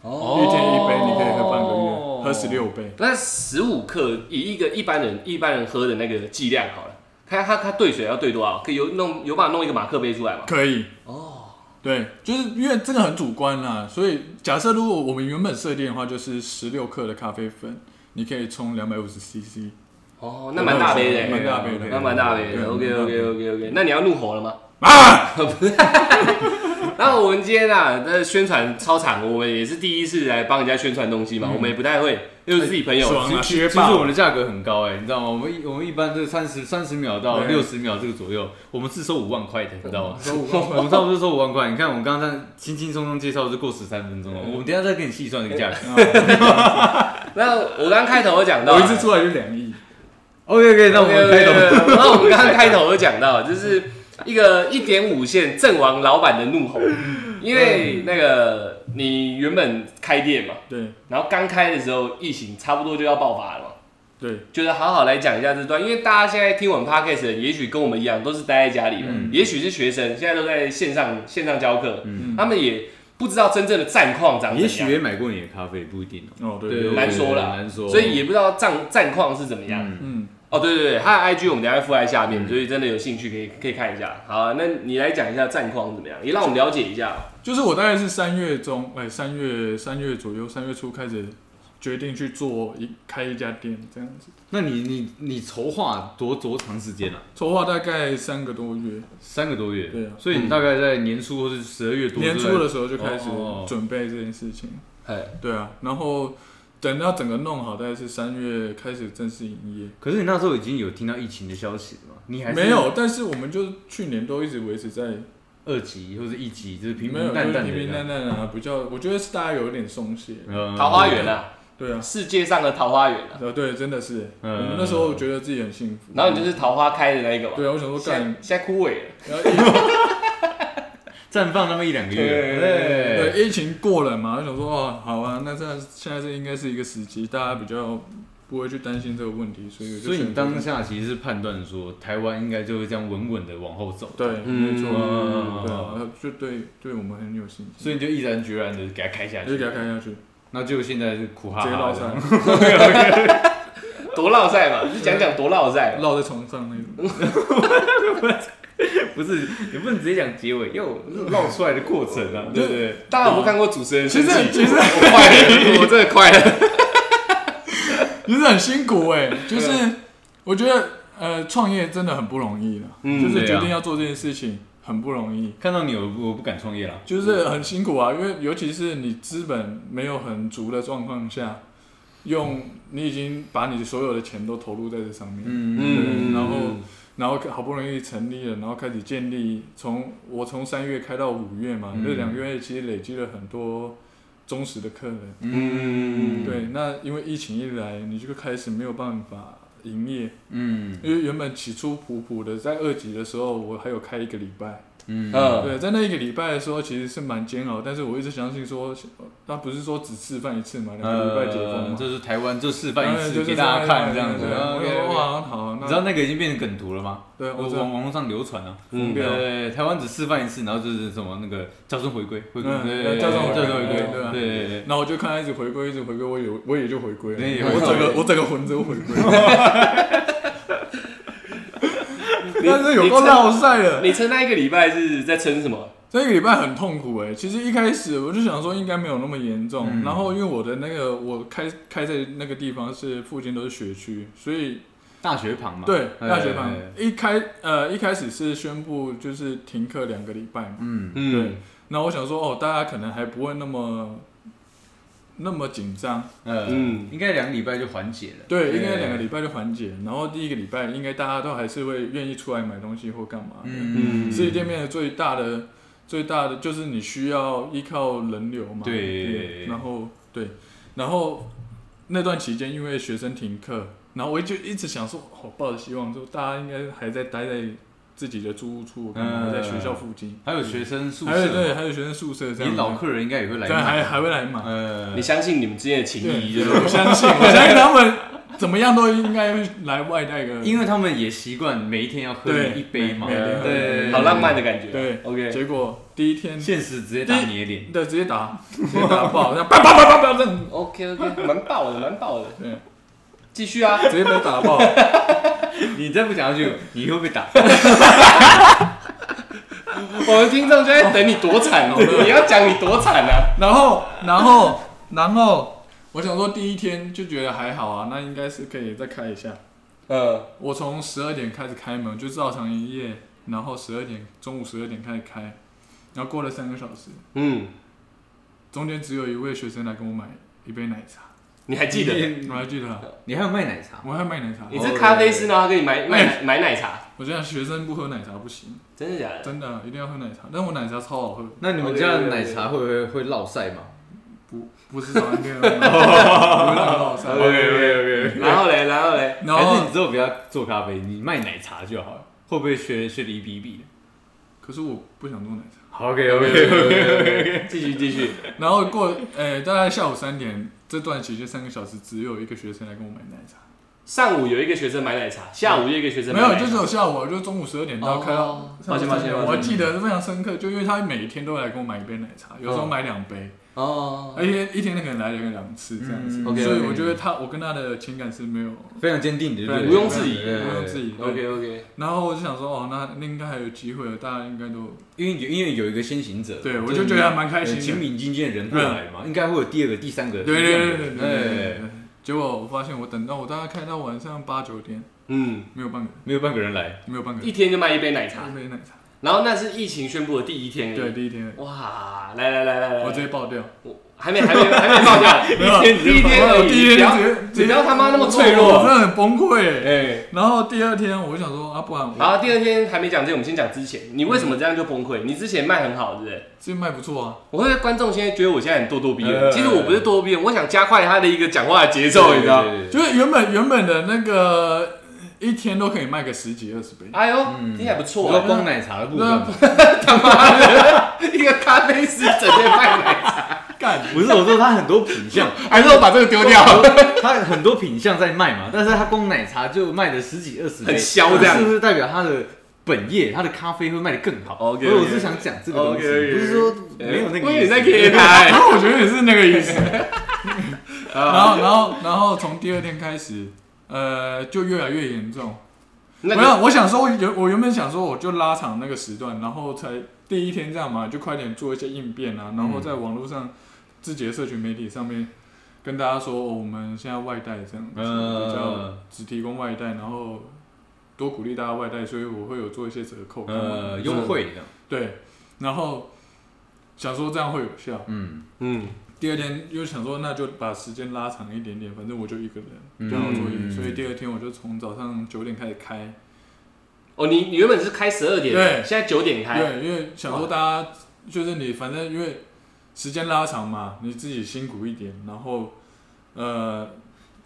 Speaker 1: 哦
Speaker 3: 一天一杯，你可以喝半个
Speaker 2: 哦
Speaker 3: 月，喝十六杯。
Speaker 1: 那十五克以一个一般人一般人喝的那个剂量好了，看他他兑水要兑多少，可以有弄有办法弄一个马克杯出来吗？
Speaker 3: 可以，
Speaker 1: 哦，
Speaker 3: 对，就是因为这个很主观啦，所以假设如果我们原本设定的话，就是十六克的咖啡粉，你可以冲两百五十 CC，
Speaker 1: 哦，那蛮大杯的欸，
Speaker 3: 蛮大杯的，
Speaker 1: 那蛮大杯
Speaker 3: 对
Speaker 1: 的。OK OK OK OK，那你要怒吼了吗？ (laughs)
Speaker 3: 啊，
Speaker 1: 然后我们今天啊，那宣传超场，我们也是第一次来帮人家宣传东西嘛，我们也不太会，又嗯是自己朋友，
Speaker 3: 爽啊，
Speaker 2: 其
Speaker 3: 学
Speaker 2: 实我
Speaker 3: 霸，
Speaker 2: 们的价格很高哎、你知道吗？我们一我们一般是三十三十秒到
Speaker 3: 对
Speaker 2: 六十秒这个左右，我们是收五万块的，你知道吗？
Speaker 3: 收五万
Speaker 2: (laughs)
Speaker 3: 块
Speaker 2: 我们差不多收五万块。你看我们刚刚这样轻轻松松介绍就过十三分钟了，我们等一下再给你细算这个价格。
Speaker 1: 那我刚开头有讲到啊，
Speaker 3: (laughs) 我一次出来就两亿，
Speaker 2: OK OK，那我们开头。
Speaker 1: 头。 (laughs) 那我们刚刚开头有讲到，就是一个一点五线阵亡老板的 (laughs) 怒吼，因为那个你原本开店嘛，
Speaker 3: 对，
Speaker 1: 然后刚开的时候疫情差不多就要爆发了嘛，
Speaker 3: 对，
Speaker 1: 就是好好来讲一下这段，因为大家现在听我们 podcast 的人，也许跟我们一样都是待在家里的，
Speaker 2: 嗯
Speaker 1: 也许是学生，现在都在线上线上教课，
Speaker 2: 嗯
Speaker 1: 他们也不知道真正的战况长怎
Speaker 2: 也
Speaker 1: 样，
Speaker 2: 许也买过你的咖啡，不一定哦。
Speaker 3: 哦对
Speaker 1: 对
Speaker 3: 对，
Speaker 1: 难说啦
Speaker 2: 难说。
Speaker 1: 所以也不知道战战况是怎么样。
Speaker 2: 嗯
Speaker 3: 嗯，
Speaker 1: 哦，对对对，他的 IG 我们等一下会附在下面，所以真的有兴趣可以可以看一下。好啊、那你来讲一下战况怎么样，也让我们了解一下。
Speaker 3: 就是我大概是三月中，哎，三月三月左右，三月初开始决定去做一开一家店这样子，
Speaker 2: 那你你你筹划多多长时间啊？
Speaker 3: 筹划大概三个多月，
Speaker 2: 三个多月。
Speaker 3: 对啊
Speaker 2: 所以你大概在年初或是十二月多
Speaker 3: 年
Speaker 2: 之类
Speaker 3: 初的时候就开始
Speaker 2: 哦
Speaker 3: 准备这件事情，
Speaker 1: 哎，
Speaker 3: 对啊，然后等到整个弄好，大概是三月开始正式营业。
Speaker 2: 可是你那时候已经有听到疫情的消息了吗？你还是
Speaker 3: 没有，但是我们就是去年都一直维持在
Speaker 2: 二级或是一级，就是平
Speaker 3: 没有，
Speaker 2: 平
Speaker 3: 就
Speaker 2: 淡
Speaker 3: 是
Speaker 2: 淡的
Speaker 3: 平平淡淡啊，比较，我觉得是大家有点松懈。
Speaker 2: 嗯
Speaker 1: 桃花源啊，
Speaker 3: 对啊，
Speaker 1: 世界上的桃花源啊。
Speaker 3: 呃，对，真的是，我
Speaker 2: 嗯
Speaker 3: 们那时候觉得自己很幸福。
Speaker 1: 然后你就是桃花开的那一个嘛。
Speaker 3: 对啊，我想说
Speaker 1: 现
Speaker 3: 干
Speaker 1: 在，现在枯萎了。
Speaker 3: 然后疫
Speaker 2: 绽放那么一两个月，
Speaker 1: 对对对
Speaker 2: 对，
Speaker 3: 对疫情过了嘛，我想说哦，好啊，那这现在这应该是一个时机，大家比较不会去担心这个问题，所以我就
Speaker 2: 所以
Speaker 3: 选
Speaker 2: 你
Speaker 3: 择
Speaker 2: 当下其实是判断说，台湾应该就会这样稳稳的往后走，
Speaker 3: 对，
Speaker 1: 嗯
Speaker 3: 没错，
Speaker 2: 嗯
Speaker 3: 对啊，呃就对对我们很有信心，
Speaker 2: 所以你就毅然决然的给它开下
Speaker 3: 就
Speaker 2: 去
Speaker 3: 给，他开下去，直
Speaker 2: 那就现在是苦哈
Speaker 3: 接
Speaker 2: 哈
Speaker 3: 绕
Speaker 2: 的，
Speaker 3: 上， (laughs)
Speaker 1: 多绕赛嘛，就讲讲多绕赛嘛。
Speaker 3: 绕在床
Speaker 2: (laughs)
Speaker 3: 上那种。
Speaker 2: 不是你不能直接讲结尾，要绕出来的过程
Speaker 3: (laughs)
Speaker 2: 啊，对不对？
Speaker 1: 大家有没有看过主持人生气？
Speaker 3: 其实其实
Speaker 1: 我快
Speaker 3: (laughs)
Speaker 1: 了，我真的快了。
Speaker 3: 其实很辛苦哎、就是
Speaker 2: 啊
Speaker 3: 我觉得呃，创业真的很不容易的，
Speaker 1: 嗯
Speaker 3: 就
Speaker 2: 对啊
Speaker 3: 是决定要做这件事情很不容易，
Speaker 2: 看到你我不我不敢创业了，
Speaker 3: 就是很辛苦啊，因为尤其是你资本没有很足的状况下，用你已经把你所有的钱都投入在这上面，
Speaker 2: 嗯嗯，
Speaker 3: 然后然后好不容易成立了，然后开始建立，从我从三月开到五月嘛，
Speaker 2: 嗯
Speaker 3: 这两个月其实累积了很多忠实的客人。
Speaker 1: 嗯，
Speaker 3: 嗯对，那因为疫情一来，你就开始没有办法营业，
Speaker 2: 嗯
Speaker 3: 因为原本起初普普的，在二级的时候，我还有开一个礼拜。
Speaker 2: 嗯
Speaker 1: 嗯
Speaker 3: 对，在那一个礼拜的时候，其实是蛮煎熬，但是我一直相信说，他不是说只示范一次嘛，两个礼拜解封嘛，
Speaker 2: 嗯这是台湾就呃示范一
Speaker 3: 当然就
Speaker 2: 次
Speaker 3: 是
Speaker 2: 给大家看这样子
Speaker 3: 对，我就说
Speaker 2: OK，OK，OK
Speaker 3: 哇，好，
Speaker 2: 你知道
Speaker 3: 那
Speaker 2: 那个已经变成梗图了吗？
Speaker 3: 对，我
Speaker 2: 网
Speaker 3: 知道，
Speaker 2: 网络上流传啊，
Speaker 1: 嗯
Speaker 2: 对对对，台湾只示范一次，然后就是什么那个叫声回归，回归，
Speaker 3: 嗯
Speaker 2: 对对对，
Speaker 3: 叫
Speaker 2: 叫
Speaker 3: 声
Speaker 2: 声
Speaker 3: 回归
Speaker 2: 回
Speaker 3: 对啊
Speaker 2: 归，对对对，
Speaker 3: 然后我就看他一直回归，一直回归，我也我也就回归了，
Speaker 2: 你也
Speaker 3: 我整个我整个魂都回
Speaker 2: (laughs)
Speaker 3: 归了，但是有够绕晒的，
Speaker 1: 你撑那一个礼拜是在撑什么？
Speaker 3: 这个礼拜很痛苦哎、其实一开始我就想说应该没有那么严重，
Speaker 2: 嗯
Speaker 3: 然后因为我的那个我开开在那个地方是附近都是学区，所以
Speaker 2: 大学旁嘛，
Speaker 3: 对
Speaker 2: 哎
Speaker 3: 大学旁
Speaker 2: 哎哎
Speaker 3: 一开呃一开始是宣布就是停课两个礼拜嘛，
Speaker 2: 嗯
Speaker 1: 嗯，
Speaker 3: 然后我想说哦大家可能还不会那么那么紧张，
Speaker 2: 呃
Speaker 1: 嗯
Speaker 2: 应该两个礼拜就缓解了，
Speaker 3: 对，应该两个礼拜就缓解，然后第一个礼拜应该大家都还是会愿意出来买东西或干嘛的，
Speaker 2: 嗯
Speaker 1: 嗯
Speaker 3: 实体店面的最大的最大的就是你需要依靠人流嘛，
Speaker 2: 对
Speaker 3: 然后对，然后那段期间因为学生停课，然后我就一直想说，我、抱着希望，就大家应该还在待在自己的租屋处，可能还在学校附近，
Speaker 2: 还有学生宿
Speaker 3: 还有
Speaker 2: 舍，
Speaker 3: 对，还有学生宿舍这
Speaker 2: 你
Speaker 3: 样，
Speaker 2: 老客人应该也会来
Speaker 3: 对，还
Speaker 2: 买，
Speaker 3: 还会来买，
Speaker 2: 呃
Speaker 1: 你，相信你们之间的情谊，就
Speaker 3: 对，
Speaker 1: 是
Speaker 3: 我相信，我相信他们怎么样都应该会来外带个，
Speaker 2: 因为他们也习惯每一天要喝
Speaker 3: 对
Speaker 2: 一杯嘛，
Speaker 3: 每每天喝
Speaker 2: 对，
Speaker 1: 好浪漫的感觉。
Speaker 3: 对
Speaker 1: ，OK，
Speaker 3: 结果第一天
Speaker 2: 现实直接打你的脸，
Speaker 3: 对直接打，直接打爆，这样叭叭叭叭叭这样
Speaker 1: OK OK，蛮爆的，蛮爆的。
Speaker 3: 对，
Speaker 1: 继续啊，
Speaker 3: 直接被打
Speaker 2: (laughs)
Speaker 3: 爆。
Speaker 2: 你再不讲下去，你会被打。
Speaker 1: 我们听众就在等你多惨，哦你要讲你多惨啊。
Speaker 3: 然后，然后，然后，我想说第一天就觉得还好啊，那应该是可以再开一下。
Speaker 1: 嗯
Speaker 3: 我从十二点开始开门，就照常营业，然后十二点中午十二点开始开，然后过了三个小时，
Speaker 1: 嗯，
Speaker 3: 中间只有一位学生来跟我买一杯奶茶，
Speaker 1: 你还记得？
Speaker 3: 我还记得啊，
Speaker 2: 你还有卖奶茶？
Speaker 3: 我还卖奶茶
Speaker 1: 你，是咖啡师，然后他给你买
Speaker 3: 哎
Speaker 1: 买买奶茶，
Speaker 3: 我觉得学生不喝奶茶不行，
Speaker 1: 真的假的？
Speaker 3: 真的啊、一定要喝奶茶，但我奶茶超好喝，
Speaker 2: 那你们家的奶茶会不会会落晒嘛
Speaker 3: 不不是早餐店的奶茶
Speaker 2: (laughs)
Speaker 3: 不是很好
Speaker 1: 对
Speaker 3: 喝。
Speaker 1: 对
Speaker 2: 对对。
Speaker 1: 然后嘞，然后嘞，
Speaker 3: 然
Speaker 2: 还是
Speaker 3: 后
Speaker 2: 你，之后不要做咖啡，你卖奶茶就好了。会不会学学李比比
Speaker 3: 可是我不想做奶茶。
Speaker 2: ？OK OK OK。
Speaker 1: 继续继续。
Speaker 3: 然后哎过，呃、大概下午三点这段期间三个小时，只有一个学生来跟我买奶茶，
Speaker 1: 上午有一个学生买奶茶，下午又一个学生
Speaker 3: 没
Speaker 1: 买奶
Speaker 3: 有，
Speaker 1: 茶
Speaker 3: 就是有下午啊，就是中午十二点到开到
Speaker 1: 哦。抱歉抱歉抱歉
Speaker 3: 我还记得非常深刻，就因为他每天都会来给我买一杯奶茶，有时候买两杯，
Speaker 1: 哦，
Speaker 3: 而且一天可能来了两次这样子，
Speaker 2: 嗯，OK，OK
Speaker 3: 所以我觉得他我跟他的情感是没有
Speaker 2: 非常坚定的，对
Speaker 3: 对
Speaker 1: 毋庸置疑
Speaker 2: 对对对
Speaker 3: 毋庸置疑。
Speaker 1: OK OK，
Speaker 3: 然后我就想说，哦，那那应该还有机会了，大家应该都
Speaker 2: 因为有因为有一个先行者，
Speaker 3: 对我就觉得还蛮开心的
Speaker 2: 呃秦敏经纪人过来嘛，应该会有第二个、第三个，
Speaker 3: 对对对对对对
Speaker 2: 哎
Speaker 3: 对，对。结果我发现，我等到我大概开到晚上八九点，
Speaker 1: 嗯，
Speaker 3: 没有半个人，
Speaker 2: 没有半个人来，
Speaker 3: 没有半个
Speaker 1: 一
Speaker 3: 人，
Speaker 1: 天就卖一杯奶
Speaker 3: 一
Speaker 1: 茶，
Speaker 3: 杯奶茶。
Speaker 1: 然后那是疫情宣布的第一天，
Speaker 3: 对，，第一天而已，
Speaker 1: 哇，来来来来来，
Speaker 3: 我直接爆掉。
Speaker 1: 我还没还没还没爆掉，
Speaker 3: 没有
Speaker 1: 第一天而
Speaker 3: 我
Speaker 1: 已，
Speaker 3: 第一
Speaker 1: 不要
Speaker 3: 天直接直接
Speaker 1: 不要他妈那么脆弱
Speaker 3: 我真的很崩溃。
Speaker 1: 哎。
Speaker 3: 然后第二天我就想说，啊，不然我
Speaker 1: 好，第二天还没讲这个，我们先讲之前，你为什么这样就崩溃？你之前卖很好，对不对？
Speaker 3: 这卖不错啊，
Speaker 1: 我会观众现在觉得我现在很咄咄逼
Speaker 2: 呃
Speaker 1: 人，其实我不是咄咄逼人，我想加快他的一个讲话的节奏，你知道？
Speaker 2: 对对对对
Speaker 3: 就是原本原本的那个一天都可以卖个十几二十杯，
Speaker 1: 哎呦，
Speaker 2: 嗯
Speaker 1: 听起来不
Speaker 2: 我
Speaker 1: 错
Speaker 2: 说
Speaker 1: 啊，
Speaker 2: 光奶茶的部分
Speaker 3: 那
Speaker 2: 嘛，
Speaker 1: 他妈的， (laughs) 一个咖啡师整天卖奶茶，
Speaker 3: 干
Speaker 2: 不是我说他很多品相，
Speaker 1: 还是我把这个丢掉？
Speaker 2: 他很多品相在卖嘛，但是他光奶茶就卖了十几二十杯，
Speaker 1: 很嚣张
Speaker 2: 是不是代表他的本业他的咖啡会卖得更好
Speaker 3: 哦
Speaker 1: OK，OK
Speaker 2: 所以我是想讲这个东西
Speaker 1: OK，OK
Speaker 2: 不是说没有那个
Speaker 1: 我以为
Speaker 2: 意
Speaker 1: 你
Speaker 2: 思
Speaker 1: 在 K 他，
Speaker 3: (laughs) 然
Speaker 1: 哎
Speaker 3: 后我觉得也是那
Speaker 1: (laughs)
Speaker 3: 个意思。然
Speaker 1: 啊
Speaker 3: 后然后然后从第二天开始，呃，就越来越严重。
Speaker 1: 那
Speaker 3: 没
Speaker 1: 个
Speaker 3: 有，我想说，我原我原本想说，我就拉长那个时段，然后才第一天这样嘛，就快点做一些应变啊，然后在网络上、自己的社群媒体上面跟大家说，哦、我们现在外带这样子，
Speaker 2: 嗯
Speaker 3: 比较只提供外带，然后多鼓励大家外带，所以我会有做一些折扣，
Speaker 2: 呃优惠这样，
Speaker 3: 对，然后想说这样会有效。
Speaker 2: 嗯
Speaker 1: 嗯，
Speaker 3: 第二天又想说，那就把时间拉长一点点，反正我就一个人，就好做一个，
Speaker 2: 嗯
Speaker 3: 所以第二天我就从早上九点开始开。
Speaker 1: 哦，你你原本是开十二点，
Speaker 3: 对
Speaker 1: 现在九点开，
Speaker 3: 对，因为想说大家就是你，反正因为时间拉长嘛，你自己辛苦一点，然后呃，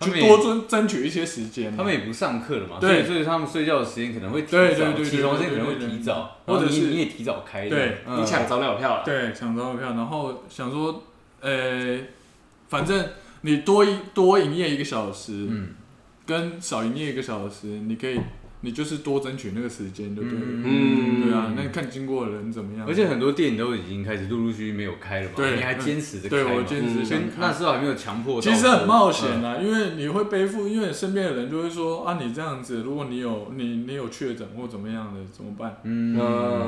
Speaker 2: 他
Speaker 3: 就
Speaker 2: 们也
Speaker 3: 多争争取一些时间啊。
Speaker 2: 他们也不上课了嘛，所以
Speaker 3: 对
Speaker 2: 所以他们睡觉的时间可能会提
Speaker 3: 对对
Speaker 2: 早，
Speaker 3: 对对哦
Speaker 2: 起床时间可
Speaker 3: 对
Speaker 2: 能
Speaker 3: 对
Speaker 2: 会
Speaker 3: 对
Speaker 2: 提
Speaker 3: 对
Speaker 2: 早，
Speaker 3: 或者
Speaker 2: 然后你
Speaker 3: 是
Speaker 2: 你也提早开这样，
Speaker 3: 对
Speaker 2: 嗯
Speaker 1: 你抢早鸟票了，
Speaker 3: 对抢早票，然后想说，呃，反正你多一多营业一个小时，
Speaker 2: 嗯
Speaker 3: 跟少营业一个小时，你可以，你就是多争取那个时间就对了。
Speaker 1: 嗯
Speaker 3: 对啊，那看经过的人怎么样。
Speaker 2: 而且很多店都已经开始陆陆续续没有开了嘛，
Speaker 3: 对
Speaker 2: 你还坚持着开
Speaker 3: 对
Speaker 2: 嘛
Speaker 3: 我坚持
Speaker 1: 嗯
Speaker 3: 先
Speaker 2: 跟
Speaker 3: 看。
Speaker 2: 那时候还没有强迫到说，
Speaker 3: 其实很冒险
Speaker 2: 嗯，
Speaker 3: 啦，因为你会背负，因为身边的人就会说啊，你这样子，如果你有你你有确诊或怎么样的怎么办？
Speaker 1: 嗯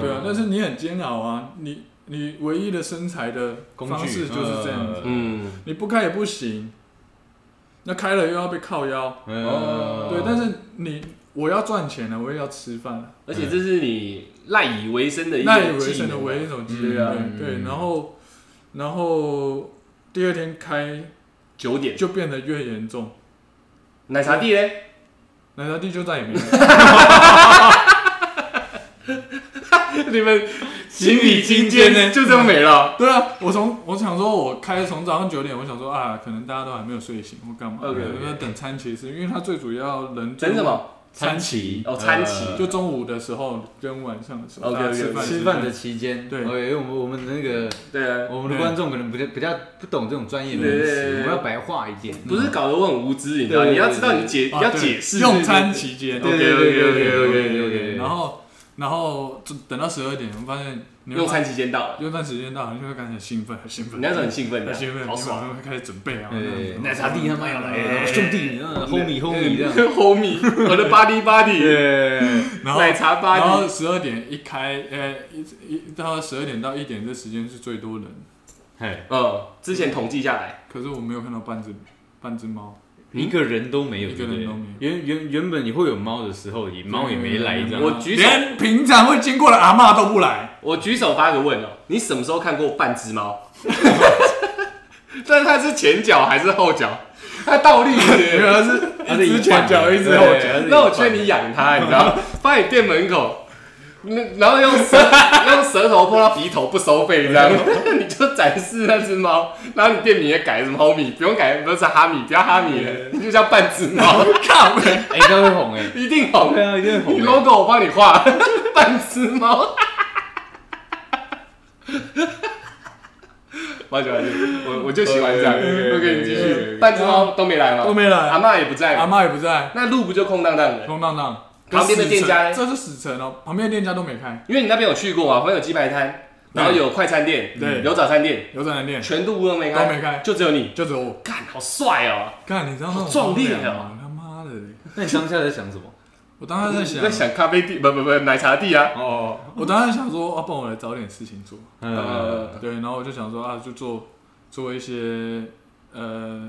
Speaker 3: 对啊，但是你很煎熬啊，你你唯一的生财的
Speaker 2: 工具
Speaker 3: 方式就是这样子，
Speaker 2: 嗯
Speaker 1: 嗯，
Speaker 3: 你不开也不行，那开了又要被靠腰，
Speaker 2: 哦
Speaker 3: 对，但是你我要赚钱了，我也要吃饭了，
Speaker 1: 而且这是你赖以为生的一
Speaker 3: 赖以
Speaker 1: 个
Speaker 3: 为
Speaker 1: 技
Speaker 3: 生的
Speaker 1: 能啊
Speaker 3: 唯一一种技
Speaker 2: 对啊
Speaker 3: 能，对对，然后然后第二天开
Speaker 1: 九点
Speaker 3: 就变得越严重，
Speaker 1: 奶茶店嘞。
Speaker 3: 奶茶弟就再也没来。
Speaker 1: 你们行李今天呢就这样没了。
Speaker 3: 对啊，我从我想说，我开从早上九点，我想说啊，可能大家都还没有睡醒或干嘛，
Speaker 1: OK，OK
Speaker 3: 我在等餐骑士，因为他最主要人
Speaker 1: 等什？么？
Speaker 2: 餐期
Speaker 1: 哦餐期
Speaker 3: 就中午的时候跟晚上的时候
Speaker 1: OK，OK，
Speaker 3: 大家吃
Speaker 1: 对
Speaker 3: 饭
Speaker 2: 吃饭的期间，哦
Speaker 3: 对
Speaker 2: OK，因为我们我们那个
Speaker 1: 对啊，
Speaker 2: 我们的
Speaker 3: 对
Speaker 2: 观众可能比较比较不懂这种专业名
Speaker 1: 对对
Speaker 2: 词，
Speaker 1: 对
Speaker 2: 我们要白话一点。
Speaker 1: 不是搞得我很无知，你知道？
Speaker 2: 对对对
Speaker 1: 你要知道你解，
Speaker 3: 啊
Speaker 1: 要
Speaker 3: 对
Speaker 1: 解释
Speaker 3: 用餐期间，
Speaker 1: 对
Speaker 2: 对对对对对对对对
Speaker 3: 对然后然后就等到十二点，我发现你会
Speaker 1: 用
Speaker 3: 发
Speaker 1: 餐期间到了，
Speaker 3: 用餐时间到，你就会感觉很兴奋，很兴
Speaker 1: 你
Speaker 3: 奋，
Speaker 1: 那时候很兴奋
Speaker 3: 很
Speaker 1: 的
Speaker 3: 兴奋，，
Speaker 1: 好爽。
Speaker 3: 你会开始准备啊，
Speaker 2: 对，
Speaker 3: 然后
Speaker 2: 奶茶弟他妈要来了，
Speaker 1: 哎
Speaker 2: 兄弟嗯，homie homie 这样。
Speaker 3: (laughs)
Speaker 1: ，homie，我的 body body，
Speaker 2: 对，
Speaker 3: 然后
Speaker 1: 奶茶
Speaker 3: 然
Speaker 1: body，
Speaker 3: 后十二点一开，呃，一一到十二点到一点这时间是最多人，
Speaker 2: 哎，
Speaker 1: 嗯，之前统计下来，
Speaker 3: 可是我没有看到半只半只猫，
Speaker 2: 一个人都没有，
Speaker 3: 一个人都没
Speaker 2: 对不
Speaker 3: 有
Speaker 2: 对原原原本你会有猫的时候，也猫也没来这样。
Speaker 1: 我举手
Speaker 3: 连平常会经过的阿嬷都不来，
Speaker 1: 我举手发个问哦，你什么时候看过半只猫？ (laughs) 但是它是前脚还是后脚？它倒立
Speaker 3: 没 (laughs)
Speaker 1: 的。
Speaker 3: 有它是
Speaker 2: 它是
Speaker 3: 一只
Speaker 2: 一半
Speaker 3: 前脚
Speaker 2: 的
Speaker 3: 一只后
Speaker 2: 对
Speaker 3: 脚，
Speaker 1: 那我劝你养它，你知道吗，放在你店门口，嗯然后用舌 (laughs) 用舌头碰到鼻头不收费，你知道吗？ (laughs) 你就展示那只猫，然后你店名也改成猫咪，不用改，不是哈米，不要哈米了，你就叫半只猫， (laughs)
Speaker 3: 靠，
Speaker 2: 哎，应该会红哎。
Speaker 1: 一定红
Speaker 2: 对。啊，一定会
Speaker 1: 你
Speaker 2: 红哎。
Speaker 1: logo 我帮你画，半只猫。八九八九，我我就喜欢这样。
Speaker 2: OK，OK，OK，OK，OK，OK
Speaker 1: OK，你继续。
Speaker 2: OK，OK
Speaker 1: 半只猫都没来
Speaker 3: 都
Speaker 1: 吗？
Speaker 3: 没
Speaker 1: 阿
Speaker 3: 来，
Speaker 1: 嬷也不在
Speaker 3: 阿
Speaker 1: 嘛，
Speaker 3: 妈也不在，
Speaker 1: 那路不就空荡荡的？
Speaker 3: 空荡荡。
Speaker 1: 旁边的店家
Speaker 3: 这是死城哦，旁边的店家都没开，
Speaker 1: 因为你那边有去过嘛，旁边有鸡排摊，然后有快餐店，
Speaker 3: 对
Speaker 1: 有早餐店，
Speaker 3: 有展览店
Speaker 1: 全都不用没
Speaker 3: 都
Speaker 1: 开，
Speaker 3: 没开，
Speaker 1: 就只有你。
Speaker 3: 就只有我。
Speaker 1: 干，好帅哦！
Speaker 3: 干，你知道那种
Speaker 1: 好壮烈
Speaker 3: 荒凉
Speaker 1: 哦
Speaker 2: 啊
Speaker 3: 吗他妈的，
Speaker 2: 那你当下在想什么？
Speaker 3: 我当时在
Speaker 1: 你
Speaker 3: 想，
Speaker 1: 在想咖啡地，不不不，奶茶地啊。
Speaker 2: 哦，
Speaker 3: 我当时想说，啊，不然我来找点事情做。
Speaker 2: 嗯
Speaker 1: 呃，
Speaker 3: 对，然后我就想说啊，就做做一些呃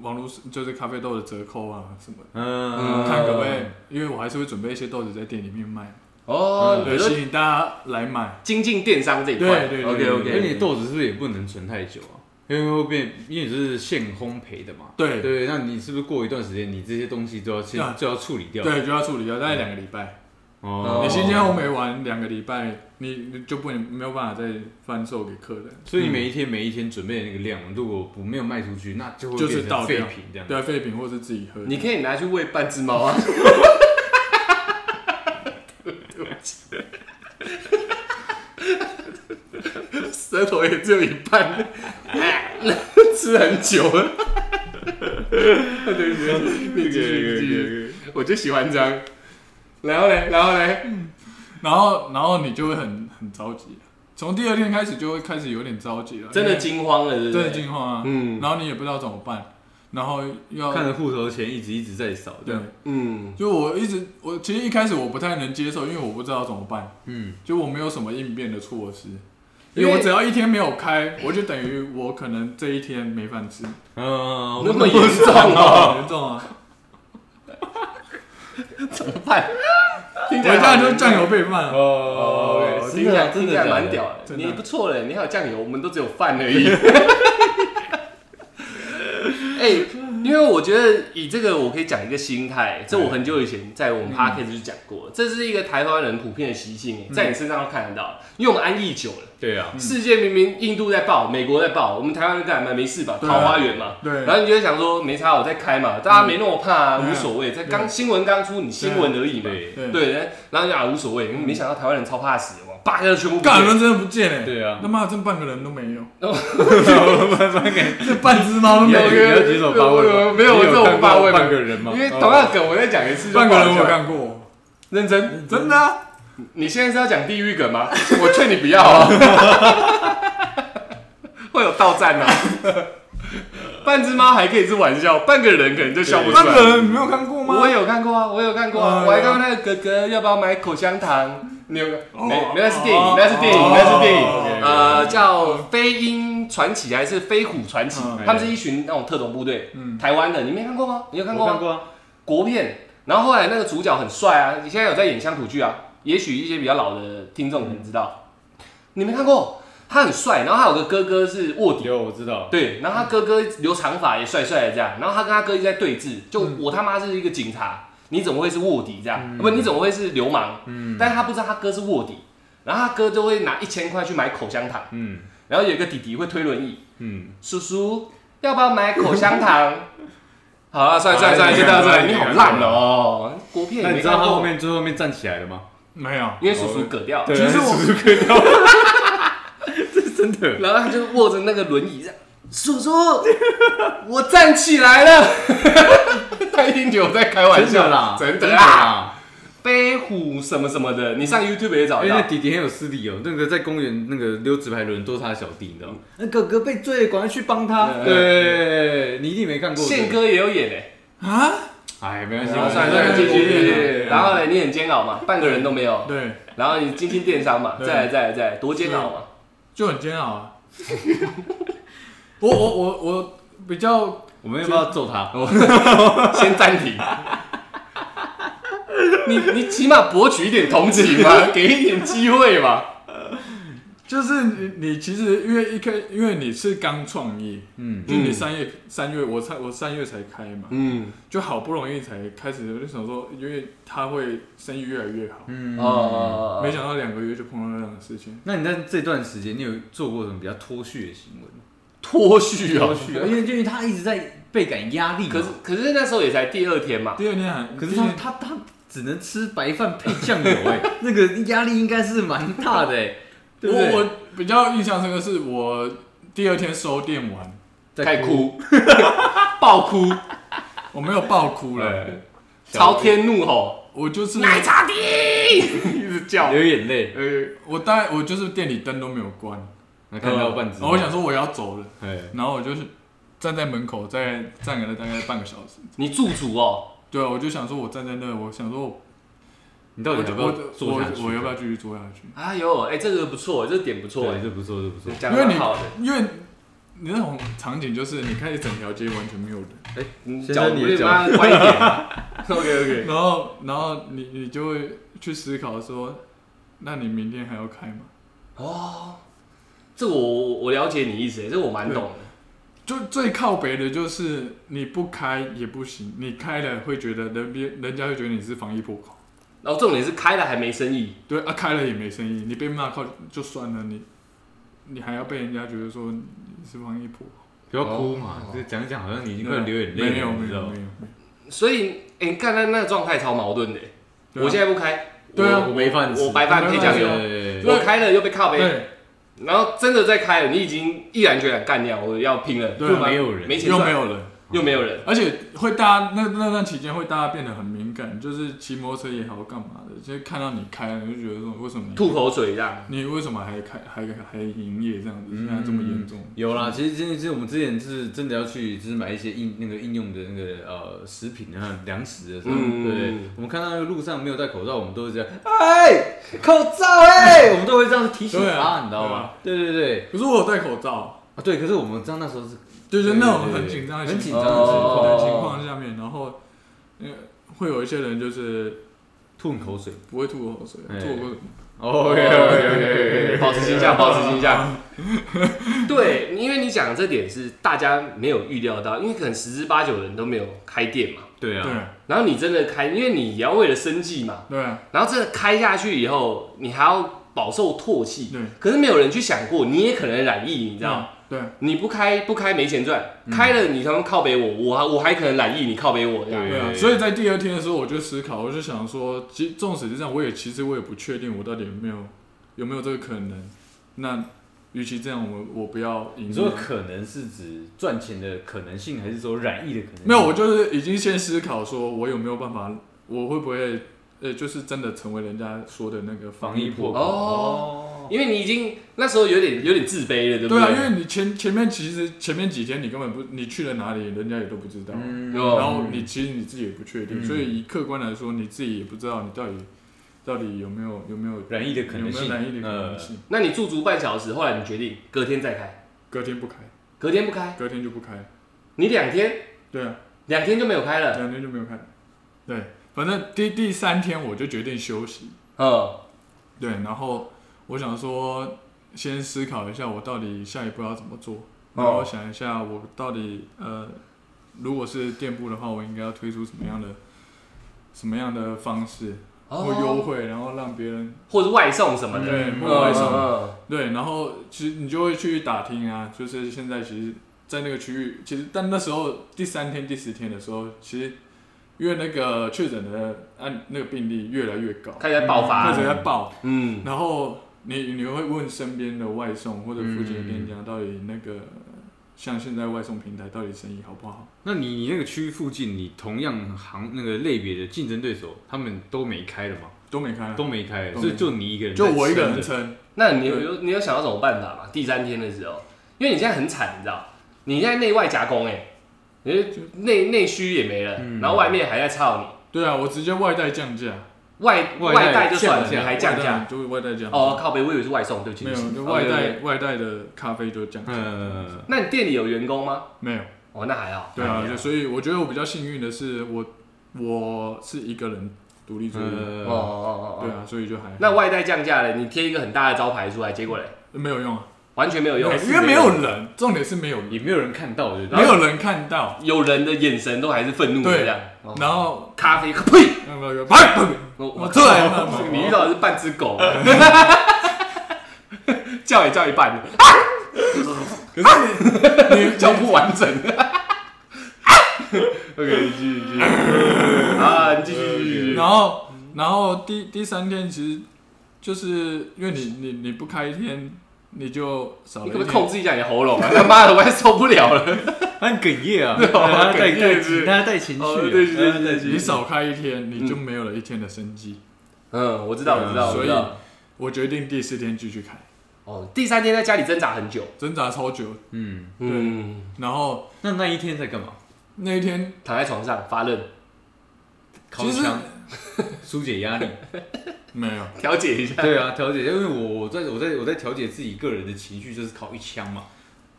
Speaker 3: 网络就是咖啡豆的折扣啊什么的，
Speaker 2: 嗯
Speaker 3: 看可不可以，因为我还是会准备一些豆子在店里面卖，
Speaker 1: 哦，
Speaker 3: 对，
Speaker 1: 你说
Speaker 3: 吸引大家来买。
Speaker 1: 精进电商这一块，
Speaker 3: 对对对
Speaker 1: o k
Speaker 3: 对
Speaker 2: 因为
Speaker 1: OK，
Speaker 2: 你豆子是不是也不能存太久啊？因为会变，因为你是现烘焙的嘛。
Speaker 3: 对
Speaker 2: 对，那你是不是过一段时间，你这些东西都要先
Speaker 3: 对
Speaker 2: 就要处理掉？，
Speaker 3: 对，就要处理掉，大概两个礼拜。
Speaker 2: 哦，
Speaker 3: 你新鲜烘焙完两个礼拜，你你就不能没有办法再贩售给客人，
Speaker 1: 嗯
Speaker 2: 所以每一天每一天准备的那个量，如果不没有卖出去，那就会
Speaker 3: 就是
Speaker 2: 变成
Speaker 3: 倒
Speaker 2: 废
Speaker 3: 掉
Speaker 2: 品这样。
Speaker 3: 对啊，废品或是自己喝。
Speaker 1: 你可以拿去喂半只猫啊。对不起，舌头也只有一半，吃很久了。对不起，你继续你继续，我就喜欢这样。然后嘞，然后嘞，
Speaker 3: 然后然后你就会很很着急，从第二天开始就会开始有点着急了，
Speaker 1: 真的
Speaker 3: 因为
Speaker 1: 惊慌了，对不
Speaker 3: 真的
Speaker 1: 对？
Speaker 3: 惊慌啊。
Speaker 1: 嗯
Speaker 3: 然后你也不知道怎么办，然后要
Speaker 2: 看着户头钱一直一直在少，这
Speaker 3: 对
Speaker 2: 样。，
Speaker 1: 嗯，
Speaker 3: 就我一直我其实一开始我不太能接受，因为我不知道怎么办，
Speaker 2: 嗯，
Speaker 3: 就我没有什么应变的措施，
Speaker 1: 因为
Speaker 3: 因为我只要一天没有开，我就等于我可能这一天没饭吃，
Speaker 2: 嗯，
Speaker 1: 哦
Speaker 3: (laughs)
Speaker 1: 那么严重啊，
Speaker 3: 很严重啊！
Speaker 1: 怎么办？
Speaker 3: 我
Speaker 1: 听起来
Speaker 3: 家就
Speaker 1: 好
Speaker 3: 酱油配饭啊，
Speaker 2: 哦
Speaker 1: 听起来听起来蛮屌的，
Speaker 3: 真的
Speaker 1: 你不错嘞，你还有酱油，我们都只有饭而
Speaker 3: (laughs)
Speaker 1: 已。哎、因为我觉得以这个，我可以讲一个心态，这我很久以前在
Speaker 3: 嗯
Speaker 1: 我们 podcast 就讲过了，这是一个台湾人普遍的习性，在你身上都看得到，因为我们安逸久了。
Speaker 2: 对啊，
Speaker 3: 嗯
Speaker 1: 世界明明印度在爆，美国在爆，我们台湾人干嘛没事吧？
Speaker 3: 对啊
Speaker 1: 桃花源嘛，
Speaker 3: 对
Speaker 1: 然后你就会想说没差，我再开嘛，大家没那么怕啊，
Speaker 3: 嗯
Speaker 1: 无所谓。在
Speaker 3: 对
Speaker 1: 刚新闻刚出，你新闻而已嘛，
Speaker 2: 对
Speaker 3: 对，
Speaker 1: 对，然后就啊无所谓，没想到台湾人超怕死，哇，八个全部不见
Speaker 3: 干人真的不见哎，
Speaker 2: 对
Speaker 3: (laughs)
Speaker 2: 啊
Speaker 3: 他妈真半个人都没有，
Speaker 2: (laughs) 慢慢给。
Speaker 3: 这半只猫都
Speaker 2: 你
Speaker 3: 没
Speaker 2: 要
Speaker 3: 有，
Speaker 2: 你要举手发问吗？
Speaker 1: 没有
Speaker 2: 你
Speaker 1: 这种
Speaker 2: 看过
Speaker 1: 发问
Speaker 2: 半个人吗？哦
Speaker 1: 因为同样的梗我再讲一嗯次就
Speaker 3: 半个人
Speaker 1: 不
Speaker 3: 我
Speaker 1: 好
Speaker 3: 有
Speaker 1: 笑
Speaker 3: 看过，
Speaker 1: 认真，
Speaker 3: 真的啊，
Speaker 1: 你现在是要讲地狱梗吗？ (laughs) 我劝你不要啊， (laughs) 会有到站啊。 (laughs) 半只猫还可以是玩笑，半个人可能就笑不出
Speaker 3: 半个
Speaker 1: 来。
Speaker 3: 人你没有看过吗？
Speaker 1: 我有看过啊，我有看过啊，
Speaker 3: 哎呀
Speaker 1: 我还看过那个哥哥要不要买口香糖？你有
Speaker 3: 哦
Speaker 1: 没？那是电影，那是电
Speaker 3: 哦
Speaker 1: 影，那是电影。
Speaker 3: OK，OK，OK
Speaker 1: 呃，叫《飞鹰传奇》还是《飞虎传奇》
Speaker 3: 嗯
Speaker 1: 他们是一群那种特种部队，
Speaker 3: 嗯
Speaker 1: 台湾的，你没看过吗？你有看过
Speaker 2: 我看
Speaker 1: 吗？
Speaker 2: 过啊，
Speaker 1: 国片，然后后来那个主角很帅啊，你现在有在演乡土剧啊，也许一些比较老的听众可能知道，你没看过，他很帅，然后他有个哥哥是卧底。
Speaker 2: 有我知道。
Speaker 1: 对，然后他哥哥留长发也帅帅的这样，然后他跟他哥一直在对峙，就我他妈是一个警察，你怎么会是卧底这
Speaker 2: 嗯
Speaker 1: 样？不，你怎么会是流氓？嗯，但是他不知道他哥是卧底，然后他哥就会拿一千块去买口香糖，
Speaker 2: 嗯
Speaker 1: 然后有一个弟弟会推轮椅，
Speaker 2: 嗯，
Speaker 1: 叔叔要不要买口香糖？好了，算了算了算
Speaker 2: 哎
Speaker 1: 了，
Speaker 2: 你
Speaker 1: 就到这里，
Speaker 2: 看
Speaker 1: 你
Speaker 2: 你
Speaker 1: 好
Speaker 2: 看
Speaker 1: 烂哦，国片
Speaker 2: 那
Speaker 1: 也
Speaker 2: 你
Speaker 1: 没
Speaker 2: 知道
Speaker 1: 看
Speaker 2: 他后
Speaker 1: 过，
Speaker 2: 面最后面站起来了吗？
Speaker 3: 没有，
Speaker 1: 因为叔叔割掉，
Speaker 2: 对
Speaker 3: 其实我
Speaker 2: 叔叔可以到， (laughs) 这是真的。
Speaker 1: 然后他就握着那个轮椅这样，叔叔，我站起来了。他一定觉得我在开玩
Speaker 2: 真
Speaker 1: 笑
Speaker 2: 的啦，
Speaker 1: 真
Speaker 2: 的啊
Speaker 1: 的啦。
Speaker 2: 啦，
Speaker 1: 飞虎什么什么的，你上 YouTube 也找
Speaker 2: 因为
Speaker 1: 得
Speaker 2: 哎那
Speaker 1: 到。
Speaker 2: 弟弟很有私利哦，那个在公园那个溜直排轮都是他的小弟，你知道吗？那哥哥被追，赶快去帮他。
Speaker 1: 嗯
Speaker 2: 对，你一定没看过。
Speaker 1: 宪，哥也有演诶、
Speaker 3: 啊，
Speaker 2: 哎，没关系，嗯
Speaker 1: 然后
Speaker 2: 我
Speaker 1: 算了
Speaker 3: 对
Speaker 1: 算了，
Speaker 3: 对
Speaker 1: 继续继
Speaker 3: 对对
Speaker 1: 续。然后呢，你很煎熬嘛，半个人都没有。
Speaker 3: 对，
Speaker 1: 然后你精心电商嘛，
Speaker 3: 对
Speaker 1: 再来再来再来，多煎熬嘛。
Speaker 3: 就很煎熬
Speaker 1: (laughs)
Speaker 3: 啊。我我我我比较
Speaker 2: 我们要不要揍他？嗯
Speaker 1: 先暂停。你你起码博取一点同情嘛，给一点机会嘛。
Speaker 3: 就是你你其实因为一开，因为你是刚创业，
Speaker 2: 嗯，
Speaker 3: 就你三月三月我才我三月才开嘛，
Speaker 1: 嗯，
Speaker 3: 就好不容易才开始，我就想说，因为他会生意越来越好，
Speaker 2: 嗯
Speaker 1: 哦，
Speaker 3: 没想到两个月就碰到这样的事情。
Speaker 2: 那你在这段时间，你有做过什么比较脱序的行为吗？
Speaker 1: 脱序
Speaker 2: 脱
Speaker 1: 哦。
Speaker 2: 序，啊因为因为他一直在倍感压力嘛。
Speaker 1: 可是可是那时候也才第二天嘛，
Speaker 3: 第二天还，
Speaker 2: 啊可是
Speaker 3: 第二
Speaker 2: 他
Speaker 3: 天
Speaker 2: 他他只能吃白饭配酱油，哎，那个压力应该是蛮大的，哎，对不
Speaker 3: 我
Speaker 2: 对？
Speaker 3: 我比较印象深刻是我第二天收店完，
Speaker 1: 太，哭，爆哭，
Speaker 3: 我没有爆哭了，
Speaker 2: 哎
Speaker 1: 朝天怒吼，
Speaker 3: 我就是
Speaker 1: 奶茶弟，哎一直叫，
Speaker 2: 流眼泪，
Speaker 3: 呃，我大概我就是店里灯都没有关，
Speaker 2: 那看到半只
Speaker 3: 然，后我想说我要走了，
Speaker 2: 哎，
Speaker 3: 然后我就是站在门口，再站了大概半个小时。
Speaker 1: 你驻足哦，
Speaker 3: 对啊，我就想说，我站在那，我想说我，
Speaker 2: 你到
Speaker 3: 我
Speaker 2: 底要不要做
Speaker 3: 我
Speaker 2: 下去？
Speaker 3: 我要不要继续做下去？
Speaker 1: 哎呦，哎，这个不错，这个点不错，
Speaker 2: 对，
Speaker 1: 哎
Speaker 2: 这不错，这不错。
Speaker 1: 讲
Speaker 3: 因为
Speaker 1: 的
Speaker 3: 你
Speaker 1: 好的，
Speaker 3: 因为你那种场景就是你看一整条街完全没有人，
Speaker 1: 哎，你
Speaker 2: 先
Speaker 1: 脚
Speaker 2: 生你的
Speaker 1: 你妈乖一点啊，OK OK，
Speaker 3: 然后然后你你就会去思考说，那你明天还要开吗？
Speaker 1: 哦，这我我我了解你意思，哎这我蛮懂的，
Speaker 3: 就最靠北的就是你不开也不行，你开了会觉得人别人家会觉得你是防疫破口，
Speaker 1: 然后重点是开了还没生意，
Speaker 3: 对啊，开了也没生意，你被骂靠就算了，你你还要被人家觉得说你是防疫破口，啊
Speaker 2: 不要哭嘛，这讲一讲好像你已经快流眼泪了，
Speaker 3: 没有
Speaker 2: 你
Speaker 3: 没
Speaker 2: 知
Speaker 3: 有
Speaker 2: 道
Speaker 3: 没
Speaker 2: 吗？
Speaker 3: 有，
Speaker 1: 所以哎，干那那个状态超矛盾的，哎
Speaker 3: 对啊
Speaker 1: 我现在不开，
Speaker 3: 对啊
Speaker 2: 我没饭吃，
Speaker 1: 我白饭配酱油，
Speaker 2: 对
Speaker 1: 我开了又被靠背，
Speaker 3: 对，
Speaker 1: 然后真的在开了，你已经毅然决然干掉，我要拼了，
Speaker 3: 对
Speaker 1: 就把
Speaker 2: 没有人
Speaker 1: 没钱
Speaker 3: 又没
Speaker 1: 赚，
Speaker 3: 有人。
Speaker 1: 又没有人，
Speaker 3: 而且会大家那那段期间会大家变得很敏感，就是骑摩托车也好干嘛的，就是看到你开了你就觉得说为什么你
Speaker 1: 吐口水这样，
Speaker 3: 你为什么还开还还营业这样子，
Speaker 2: 嗯
Speaker 3: 现在这么严重？
Speaker 2: 有啦，其实真的是我们之前是真的要去，就是买一些应那个应用的那个呃食品啊粮食的时候，
Speaker 1: 嗯
Speaker 2: 对，我们看到那个路上没有戴口罩，我们都会这样，哎，口罩哎、我们都会这样提醒
Speaker 3: 对
Speaker 2: 他，
Speaker 3: 啊
Speaker 2: 你知道
Speaker 3: 对
Speaker 2: 吗
Speaker 3: 啊？
Speaker 2: 对对对，
Speaker 3: 可是我有戴口罩，
Speaker 2: 啊对，可是我们知道那时候是
Speaker 3: 就是那种
Speaker 2: 对对
Speaker 3: 很
Speaker 2: 对
Speaker 3: 紧张的
Speaker 2: 很
Speaker 3: 情
Speaker 2: 紧
Speaker 3: 况
Speaker 2: 张的情
Speaker 1: 哦
Speaker 2: 况，
Speaker 3: 的情况下面，然后呃会有一些人就是
Speaker 2: 吐你口水。哦啊
Speaker 3: 不会吐口水，
Speaker 2: 哎
Speaker 3: 吐口水哦
Speaker 2: OK
Speaker 1: OK，保 (laughs) 持形象，保持形象。对，因为你讲的这点是大家没有预料到，因为可能十之八九人都没有开店嘛。
Speaker 2: 对
Speaker 3: 对
Speaker 2: 啊，
Speaker 1: 然后你真的开，因为你也要为了生计嘛。
Speaker 3: 对啊
Speaker 1: 然后这开下去以后，你还要饱受唾弃。
Speaker 3: 对，
Speaker 1: 可是没有人去想过，你也可能染疫，你知道吗？
Speaker 3: 对
Speaker 1: 你不开不开没钱赚，开了你他妈靠北我，我还我还可能染疫，你靠北我这样。
Speaker 2: 对
Speaker 3: 嗯对啊，所以在第二天的时候我就思考，我就想说，其实纵使是这样，我也其实我也不确定我到底有没有有没有这个可能。那与其这样，我我不要赢。
Speaker 2: 你说可能是指赚钱的可能性，还是说染疫的可能性？
Speaker 3: 没有，我就是已经先思考说，我有没有办法，我会不会呃，就是真的成为人家说的那个
Speaker 2: 防疫破
Speaker 3: 口？
Speaker 2: 口
Speaker 1: 哦因为你已经那时候有点有点自卑了，对不
Speaker 3: 对
Speaker 1: 对？
Speaker 3: 啊，因为你前前面其实前面几天你根本不，你去了哪里，人家也都不知道。
Speaker 2: 嗯
Speaker 1: 哦
Speaker 3: 然后你其实你自己也不确定，
Speaker 2: 嗯
Speaker 3: 所以以客观来说，你自己也不知道你到底到底有没有有没有
Speaker 2: 染疫的可能性，
Speaker 3: 有没有难一点可能
Speaker 2: 呃，
Speaker 3: 性？
Speaker 1: 那你驻足半小时，后来你决定隔天再开，
Speaker 3: 隔天不开，
Speaker 1: 隔天不开，
Speaker 3: 隔天就不开，
Speaker 1: 你两天
Speaker 3: 对啊，
Speaker 1: 两天就没有开了。
Speaker 3: 两天就没有开，对，反正第第三天我就决定休息，哦
Speaker 1: 嗯，
Speaker 3: 对，然后我想说先思考一下我到底下一步要怎么做，然后想一下我到底呃，如果是店铺的话，我应该要推出什么样的什么样的方式或优
Speaker 1: 哦，
Speaker 3: 惠，然后让别人
Speaker 1: 或是外送什么的，
Speaker 3: 对
Speaker 2: 嗯
Speaker 3: 或者外送。
Speaker 1: 嗯
Speaker 3: 对，然后其实你就会去打听啊，就是现在其实，在那个区域，其实但那时候第三天、第四天的时候，其实因为那个确诊的按那个病例越来越高，
Speaker 1: 开始在爆
Speaker 3: 开
Speaker 1: 发
Speaker 3: 始，在爆，
Speaker 1: 嗯，
Speaker 3: 然后你你会问身边的外送或者附近的店家，到底那个像现在外送平台到底生意好不好？
Speaker 2: 那你你那个区附近，你同样行那个类别的竞争对手，他们都没开了吗？
Speaker 3: 都没开，
Speaker 2: 都没开，
Speaker 3: 嗯都
Speaker 2: 所
Speaker 3: 没
Speaker 2: 以就你一个人，
Speaker 3: 就我一个人，撑，
Speaker 1: 那你有有你有想到什么办法吗？第三天的时候，因为你现在很惨，你知道，你现在内外夹攻哎，你就内内需也没了，
Speaker 3: 嗯
Speaker 1: 然后外面还在操你，
Speaker 3: 对啊，我直接外带降价，
Speaker 1: 外
Speaker 2: 外
Speaker 1: 外带
Speaker 2: 带
Speaker 1: 就算了，
Speaker 2: 降
Speaker 1: 你
Speaker 2: 价
Speaker 1: 还降
Speaker 3: 外
Speaker 1: 价
Speaker 3: 带，就是外带降价，
Speaker 1: 哦，靠北，我以为是外送，对不起，
Speaker 3: 没
Speaker 1: 对
Speaker 3: 有
Speaker 1: 不起
Speaker 3: 就外。
Speaker 1: 哦对对
Speaker 3: 带
Speaker 1: 对
Speaker 3: 外带的咖啡就降价，
Speaker 2: 呃，
Speaker 1: 那你店里有员工吗？
Speaker 3: 没有。
Speaker 1: 哦，那还好。
Speaker 3: 对啊，就所以我觉得我比较幸运的是，我我是一个人独立作业，
Speaker 1: 哦哦
Speaker 2: 呃，
Speaker 1: 哦
Speaker 3: 对
Speaker 1: 哦。
Speaker 3: 啊，所以就还
Speaker 1: 那外带降价了，你贴一个很大的招牌出来，结果嘞，
Speaker 3: 没有用啊，
Speaker 1: 完全没有用，
Speaker 3: 因为没有人，重点是没有人，
Speaker 2: 也没有人看到，啊对不
Speaker 3: 没
Speaker 2: 对？
Speaker 3: 有人看到，
Speaker 1: 有人的眼神都还是愤怒的
Speaker 3: 对
Speaker 1: 这样。哦
Speaker 3: 然后
Speaker 1: 咖啡，呸！
Speaker 3: 那个哎
Speaker 1: 我
Speaker 3: 我出来了
Speaker 1: 靠你遇到的是半只狗， (laughs) 叫也叫一半，
Speaker 3: 可是你你
Speaker 1: 叫不完整。OK，你继续，继续。啊，你继续，继续继续。
Speaker 3: 然后，然后第第三天其实就是因为你你你不开一天，你就少了
Speaker 1: 你
Speaker 3: 一
Speaker 1: 可不可以
Speaker 3: 点
Speaker 1: 控制一下你的喉咙啊？他 (laughs) 妈的，我快受不了了。
Speaker 2: 很哽咽啊，
Speaker 1: 对啊
Speaker 2: 他带
Speaker 1: 哽咽
Speaker 2: 带
Speaker 1: 是
Speaker 2: 情，他带情绪啊，
Speaker 1: 哦对对对
Speaker 2: 他
Speaker 1: 对
Speaker 2: 带
Speaker 1: 对
Speaker 2: 情
Speaker 3: 你
Speaker 2: 绪。
Speaker 3: 少开一天，你就没有了一天的生机。
Speaker 1: 嗯，我知
Speaker 2: 啊
Speaker 1: 道，我知道，我
Speaker 3: 所
Speaker 1: 知
Speaker 3: 以
Speaker 1: 道。，
Speaker 3: 我决定第四天继续开，
Speaker 1: 哦，第三天在家里挣扎很久，
Speaker 3: 挣扎超久。
Speaker 2: 嗯，
Speaker 1: 嗯，
Speaker 3: 然后
Speaker 2: 那那一天在干嘛？
Speaker 3: 那一天，
Speaker 1: 躺在床上发愣，
Speaker 2: 烤
Speaker 3: 其实
Speaker 2: 箱， (laughs) 疏解压力。
Speaker 3: 没有，
Speaker 1: 调解一下。
Speaker 2: 对啊，调节，因为我我在我在我在调节自己个人的情绪，就是烤一枪嘛，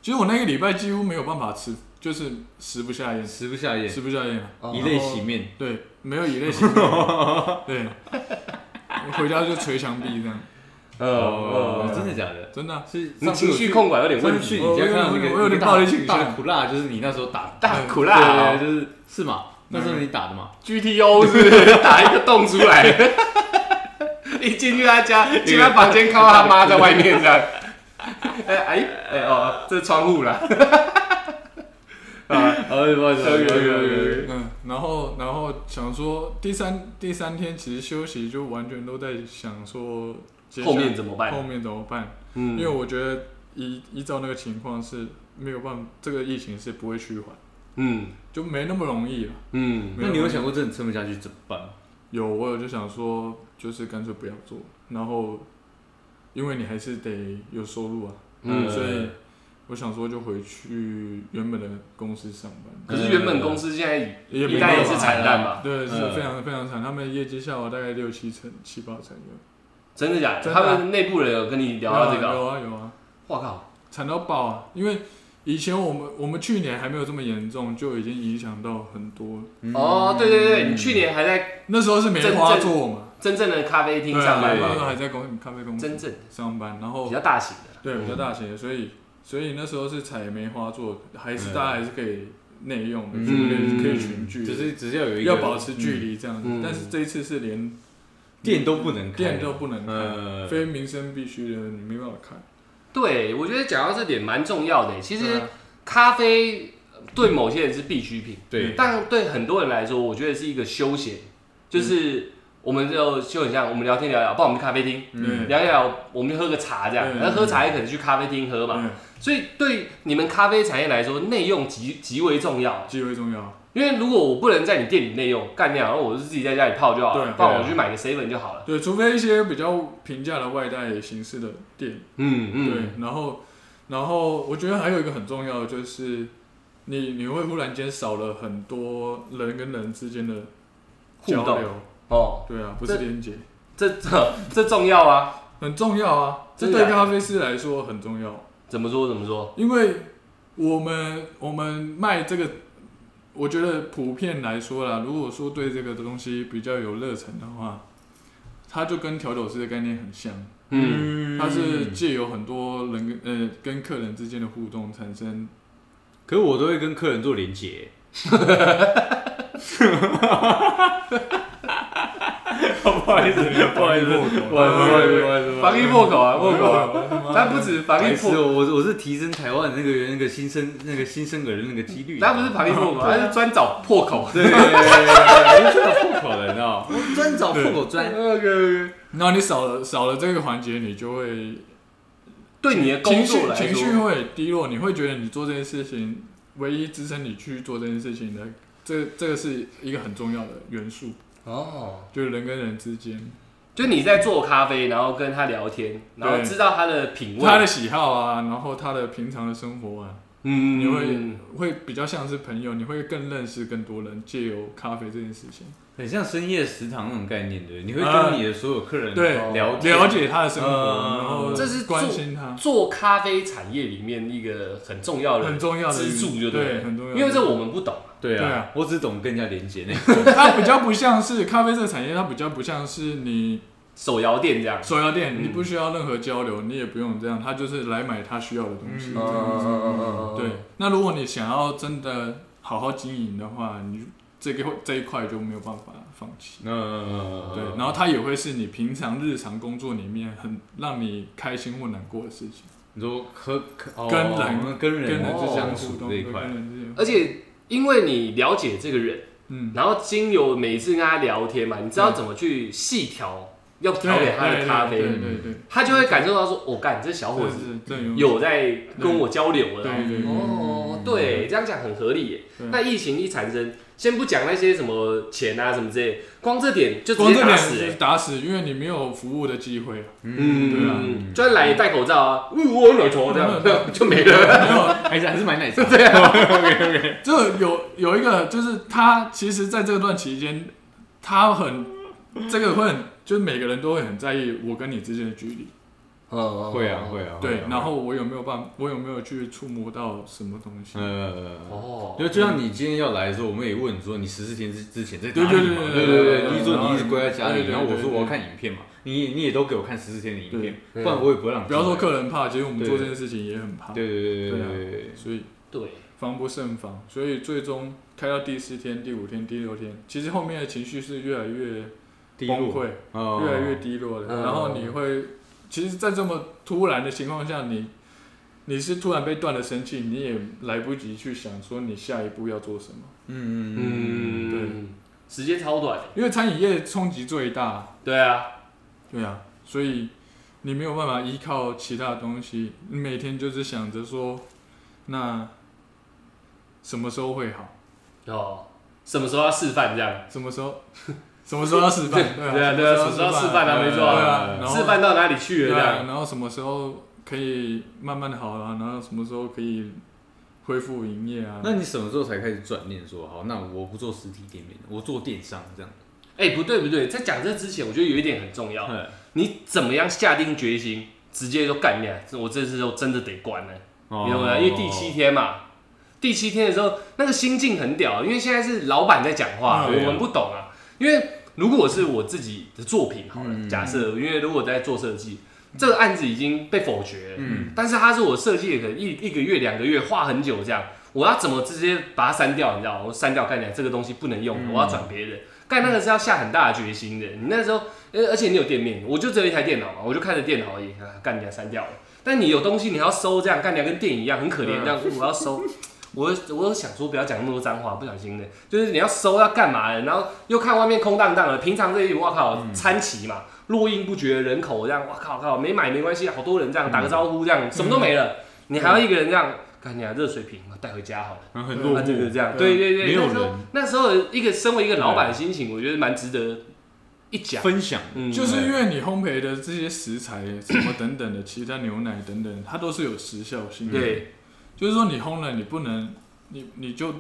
Speaker 3: 其实我那个礼拜几乎没有办法吃，就是食不下咽，
Speaker 2: 食不下咽，
Speaker 3: 食不下咽。
Speaker 1: 哦
Speaker 2: 以泪洗面。
Speaker 3: 对，没有以类型的。
Speaker 1: (laughs)
Speaker 3: 对，我回家就捶墙壁这样，
Speaker 1: 嗯，
Speaker 2: 哦，
Speaker 1: 嗯
Speaker 2: 真的假的？
Speaker 3: 真的啊、
Speaker 2: 是
Speaker 1: 你情绪控管有点
Speaker 2: 上
Speaker 1: 问
Speaker 2: 次去
Speaker 1: 题，
Speaker 2: 你家看到那
Speaker 3: 我有
Speaker 2: 个
Speaker 3: 我有点
Speaker 2: 一个大
Speaker 3: 暴力倾向
Speaker 2: 大苦辣，就是你那时候打的，
Speaker 1: 大苦辣啊
Speaker 2: 对对，对就是是嘛？
Speaker 3: 嗯
Speaker 2: 那时候你打的嘛？
Speaker 1: GTO 是不 (laughs) 是打一个洞出来？ (laughs) 一进去他家， (laughs) 进他房间，看到他妈在外面这样。 (laughs) 哎哎哎哦，这是窗户 (laughs) 啦。啊，
Speaker 2: 呃，不好意思，
Speaker 1: 有有有有有
Speaker 3: 嗯，然后然后想说第三第三天其实休息就完全都在想说接下
Speaker 1: 后面怎么办
Speaker 3: 后面怎么办？因为
Speaker 1: 嗯
Speaker 3: 我觉得依依照那个情况是没有办法，这个疫情是不会趋缓，
Speaker 1: 嗯
Speaker 3: 就没那么容易了。
Speaker 1: 嗯
Speaker 2: 那你有想过真的撑不下去怎么办吗？
Speaker 3: 有我有就想说，就是干脆不要做，然后因为你还是得有收入啊，
Speaker 1: 嗯，
Speaker 3: 所以我想说就回去原本的公司上班，
Speaker 1: 可是原本公司现在
Speaker 3: 也
Speaker 1: 一
Speaker 3: 没
Speaker 1: 代
Speaker 3: 办
Speaker 1: 也
Speaker 3: 法
Speaker 1: 是惨淡吧？
Speaker 3: 对，是
Speaker 2: 嗯
Speaker 3: 非常非常惨，他们的业绩下滑大概六七成、七八成有。
Speaker 1: 真的假的？
Speaker 3: 真的
Speaker 1: 他
Speaker 3: 啊
Speaker 1: 们内部人有跟你聊到这
Speaker 3: 有啊
Speaker 1: 个？
Speaker 3: 有啊有啊，
Speaker 1: 我靠！
Speaker 3: 惨到爆啊！因为以前我们我们去年还没有这么严重，就已经影响到很多了。
Speaker 1: 哦，对对对，你去年还在
Speaker 3: 那时候是梅花座嘛，
Speaker 1: 真正的咖啡厅
Speaker 3: 对啊
Speaker 1: 上班
Speaker 3: 那时候
Speaker 1: 吗？
Speaker 3: 还在公咖啡公司
Speaker 1: 真正
Speaker 3: 上班，然后
Speaker 1: 比较大型的。
Speaker 3: 对，
Speaker 2: 嗯
Speaker 3: 比较大型的，所以所以那时候是采梅花座，还是
Speaker 2: 嗯
Speaker 3: 大家还是可以内用的，
Speaker 2: 嗯
Speaker 3: 就是可以可以群聚的，
Speaker 2: 只是只要有一个
Speaker 3: 要保持距离这样子
Speaker 1: 嗯。
Speaker 3: 但是这一次是连
Speaker 2: 店都不能开，
Speaker 3: 店都不能开，
Speaker 2: 呃，
Speaker 3: 非民生必须的你没办法开。
Speaker 1: 对，我觉得讲到这点蛮重要的。欸其
Speaker 3: 对
Speaker 1: 实
Speaker 3: 啊
Speaker 1: 咖啡呃对某些人是必需品，
Speaker 2: 对，
Speaker 1: 但对很多人来说，我觉得是一个休闲，就是我们就就很像我们聊天聊聊，不然我们去咖啡厅
Speaker 3: 嗯
Speaker 1: 聊一聊，我们就喝个茶这样，
Speaker 3: 嗯
Speaker 1: 然后喝茶也可能去咖啡厅喝嘛。
Speaker 3: 嗯，
Speaker 1: 所以对你们咖啡产业来说，内用极极为重要。
Speaker 3: 极为重要。
Speaker 1: 因为如果我不能在你店里内用，干掉，然后我就自己在家里泡就好
Speaker 3: 对
Speaker 1: 了，
Speaker 3: 对啊
Speaker 1: 不然我去买个 seven 就好了。
Speaker 3: 对，除非一些比较平价的外带形式的店，
Speaker 1: 嗯嗯，
Speaker 3: 对，然后然后我觉得还有一个很重要的就是。你你会忽然间少了很多人跟人之间的
Speaker 1: 互
Speaker 3: 交
Speaker 1: 动
Speaker 3: 流，
Speaker 1: 哦，
Speaker 3: 对啊，不
Speaker 1: 这
Speaker 3: 是连接。
Speaker 1: 这这这重要啊！
Speaker 3: 很重要啊，这
Speaker 1: 真的
Speaker 3: 对
Speaker 1: 啊
Speaker 3: 咖啡师来说很重要，
Speaker 1: 怎么说怎么说？
Speaker 3: 因为我们我们卖这个，我觉得普遍来说啦，如果说对这个东西比较有热忱的话，它就跟调酒师的概念很像，
Speaker 1: 嗯
Speaker 3: 它是借由很多人跟呃跟客人之间的互动
Speaker 1: (laughs)
Speaker 3: 产生，
Speaker 2: 可是我都会跟客人做连
Speaker 3: (laughs)
Speaker 2: 接。不好意思，不好意思，不好意思，不好意思，不好意
Speaker 3: 嗯
Speaker 2: 思。
Speaker 1: 防疫破口啊，破口啊！它
Speaker 3: 它
Speaker 1: 不止防
Speaker 2: 白
Speaker 1: 疫
Speaker 2: 痴
Speaker 1: 破，
Speaker 2: 哦，我我是提升台湾那个那个新生那个新生儿的那个几率。
Speaker 1: 它不是防疫破
Speaker 3: 啊
Speaker 1: 口，它是专找破口。
Speaker 2: 对，我专找破口的，你知道吗？我专找破口专。
Speaker 3: 然后你少了少了这个环节，你就会
Speaker 1: 对你的工
Speaker 3: 情
Speaker 1: 作
Speaker 3: 绪
Speaker 1: 来
Speaker 3: 情绪
Speaker 1: 说，
Speaker 3: 会低落，你会觉得你做这件事情，唯一支撑你去做这件事情的，这这个是一个很重要的元素，
Speaker 1: 哦，
Speaker 3: 就是人跟人之间
Speaker 1: 就你在做咖啡，然后跟他聊天，然后
Speaker 3: 对
Speaker 1: 知道他的品味，
Speaker 3: 他的喜好啊，然后他的平常的生活啊，
Speaker 1: 嗯，
Speaker 3: 你会会比较像是朋友，你会更认识更多人，借由咖啡这件事情，
Speaker 2: 很像深夜食堂那种概念，对，你会
Speaker 3: 啊
Speaker 2: 跟你的所有客人
Speaker 3: 对
Speaker 2: 了解
Speaker 3: 了解他的生活，
Speaker 1: 呃
Speaker 2: 嗯
Speaker 3: 然后
Speaker 1: 这是做
Speaker 3: 关心他，
Speaker 1: 做咖啡产业里面一个很重要的
Speaker 3: 很重要的
Speaker 1: 支柱，就
Speaker 3: 对
Speaker 1: 了
Speaker 3: 很重要的
Speaker 1: 因为这我们不懂。
Speaker 2: 对
Speaker 3: 对
Speaker 2: 啊
Speaker 3: 啊，
Speaker 2: 我只懂跟人家连接那
Speaker 3: 它比较不像是咖啡这个产业，它比较不像是你。
Speaker 1: 手摇店这样。
Speaker 3: 手摇店，
Speaker 1: 嗯
Speaker 3: 你不需要任何交流，你也不用这样，他就是来买他需要的东西。
Speaker 2: 嗯
Speaker 3: 这样子
Speaker 1: 嗯
Speaker 3: 对，那如果你想要真的好好经营的话，你这个这一块就没有办法放弃。
Speaker 2: 嗯，
Speaker 3: 对，然后它也会是你平常日常工作里面很让你开心或难过的事情，
Speaker 2: 你说和和
Speaker 3: 跟
Speaker 2: 哦
Speaker 3: 人
Speaker 2: 跟
Speaker 3: 跟
Speaker 2: 人
Speaker 3: 人之
Speaker 1: 哦
Speaker 3: 间
Speaker 2: 相
Speaker 3: 互
Speaker 2: 处
Speaker 3: 动，
Speaker 2: 这一
Speaker 3: 对
Speaker 2: 块
Speaker 3: 跟，人之间，
Speaker 1: 而且因为你了解这个人，
Speaker 3: 嗯，
Speaker 1: 然后经由每次跟他聊天嘛，你知道怎么去细调要调给他的咖
Speaker 3: 对
Speaker 1: 啡，哦
Speaker 3: 对对，
Speaker 1: 他就会感受到说，我干，这小伙子
Speaker 3: 是这有
Speaker 1: 有在跟我交流了。
Speaker 3: 对对
Speaker 1: 哦，对，这样讲很合理耶
Speaker 3: 对。
Speaker 1: 那疫情一产生，先不讲那些什么钱啊什么之类，光这点就直
Speaker 3: 光
Speaker 1: 接
Speaker 3: 这
Speaker 1: 打
Speaker 3: 点
Speaker 1: 死
Speaker 3: 就是
Speaker 1: 耶。
Speaker 3: 打死，因为你没有服务的机会，
Speaker 1: 嗯，
Speaker 3: 对啊
Speaker 1: 嗯，专来也戴口罩啊，嗯，我有奶头这样就没了。
Speaker 3: 没有
Speaker 2: 还是还是买奶茶。对，
Speaker 3: 这有有一个，就是他其实在这段期间，他很这个会很，就是每个人都会很在意我跟你之间的距离，
Speaker 1: 嗯，
Speaker 2: 会啊会啊。
Speaker 3: 对，然后我有没有办，我有没有去触摸到什么东西？
Speaker 2: 呃，
Speaker 1: 哦，
Speaker 2: 就就像你今天要来的时候，我们也问你说你十四天之之前在哪
Speaker 3: 对
Speaker 2: 里嘛？对对
Speaker 3: 对对对对
Speaker 2: 对，
Speaker 3: 对
Speaker 2: 你一直说你一直关在家
Speaker 3: 对
Speaker 2: 里，
Speaker 3: 对对
Speaker 2: 然后我说
Speaker 3: 对对
Speaker 2: 我要看影片嘛，你也你也都给我看十四天的影片，不
Speaker 1: 对
Speaker 2: 然我也不会让你
Speaker 3: 不要说
Speaker 2: 进
Speaker 3: 客人怕，其实我们
Speaker 2: 对
Speaker 3: 做这件事情也很怕
Speaker 2: 来。，对对对对对对对。
Speaker 3: 所以
Speaker 1: 对，
Speaker 3: 防不胜防，所以最终开到第四天、第五天、第六天，其实后面的情绪是越来越
Speaker 2: 低
Speaker 3: 崩
Speaker 2: 落，
Speaker 3: 溃，
Speaker 2: 哦
Speaker 3: 越来越低落的。
Speaker 1: 嗯
Speaker 3: 然后你会，其实，在这么突然的情况下，你你是突然被断了生气，你也来不及去想说你下一步要做什么，
Speaker 2: 嗯嗯嗯，
Speaker 1: 嗯，时间超短。
Speaker 3: 因为餐饮业冲击最大，
Speaker 1: 对啊，
Speaker 3: 对啊，所以你没有办法依靠其他东西，你每天就是想着说，那什么时候会好，
Speaker 1: 哦，什么时候要示范这样？
Speaker 3: 什么时候。什么时候要示
Speaker 1: (laughs)
Speaker 3: 范？
Speaker 1: 对啊，对啊，什么时候要示范啊？
Speaker 2: 呃
Speaker 1: 没错
Speaker 3: 对
Speaker 1: 啊，
Speaker 3: 啊，然后
Speaker 1: 示范到哪里去了
Speaker 3: 对
Speaker 1: 这
Speaker 3: 啊，
Speaker 1: 样？
Speaker 3: 然后什么时候可以慢慢好啊？然后什么时候可以恢复营业啊？
Speaker 2: 嗯那你什么时候才开始转念说好？那我不做实体店面，我做电商这样？
Speaker 1: 哎，不对不对，在讲这之前，我觉得有一点很重要。你怎么样下定决心，直接就干掉？我这次就真的得关了，
Speaker 2: 哦
Speaker 1: 你懂吗？因为第七天嘛，第七天的时候，那个心境很屌，因为现在是老板在讲话，
Speaker 2: 嗯对啊
Speaker 1: 我们不懂啊。因为如果是我自己的作品好了，
Speaker 2: 嗯
Speaker 1: 假设因为如果在做设计，这个案子已经被否决了，
Speaker 2: 嗯
Speaker 1: 但是它是我设计的，可能一一个月、两个月画很久这样，我要怎么直接把它删掉？你知道吗，我删掉干掉这个东西不能用，
Speaker 2: 嗯
Speaker 1: 我要转别人。干那个是要下很大的决心的。你那时候，呃而且你有店面，我就只有一台电脑嘛，我就看着电脑而已，啊干掉删掉了。但你有东西你还要收，这样干掉跟电影一样，很可
Speaker 2: 嗯
Speaker 1: 怜。这样我要收，我我想说不要讲那么多脏话，不小心的，就是你要收要干嘛的，然后又看外面空荡荡的，平常这一我靠
Speaker 2: 嗯
Speaker 1: 餐旗嘛，络绎不绝的人口这样，我靠靠没买没关系，好多人这
Speaker 2: 嗯
Speaker 1: 样打个招呼这样，什么都没了，你还要一个人这样，干你啊热水瓶我带回家好了。
Speaker 2: 然后嗯很
Speaker 1: 啊，
Speaker 2: 嗯落
Speaker 1: 对对，这
Speaker 2: 寞，
Speaker 1: 样，
Speaker 3: 对
Speaker 1: 对对对，
Speaker 2: 没有
Speaker 1: 那时候
Speaker 2: 人
Speaker 1: 那时候一个身为一个老板的心情，我觉得蛮值得一讲。
Speaker 2: 分享
Speaker 1: 嗯，
Speaker 3: 就是因为你烘焙的这些食材什么等等的，其他牛奶等等，它都是有时效性的。，
Speaker 1: 对，
Speaker 3: 就是说你烘了，你不能，你你就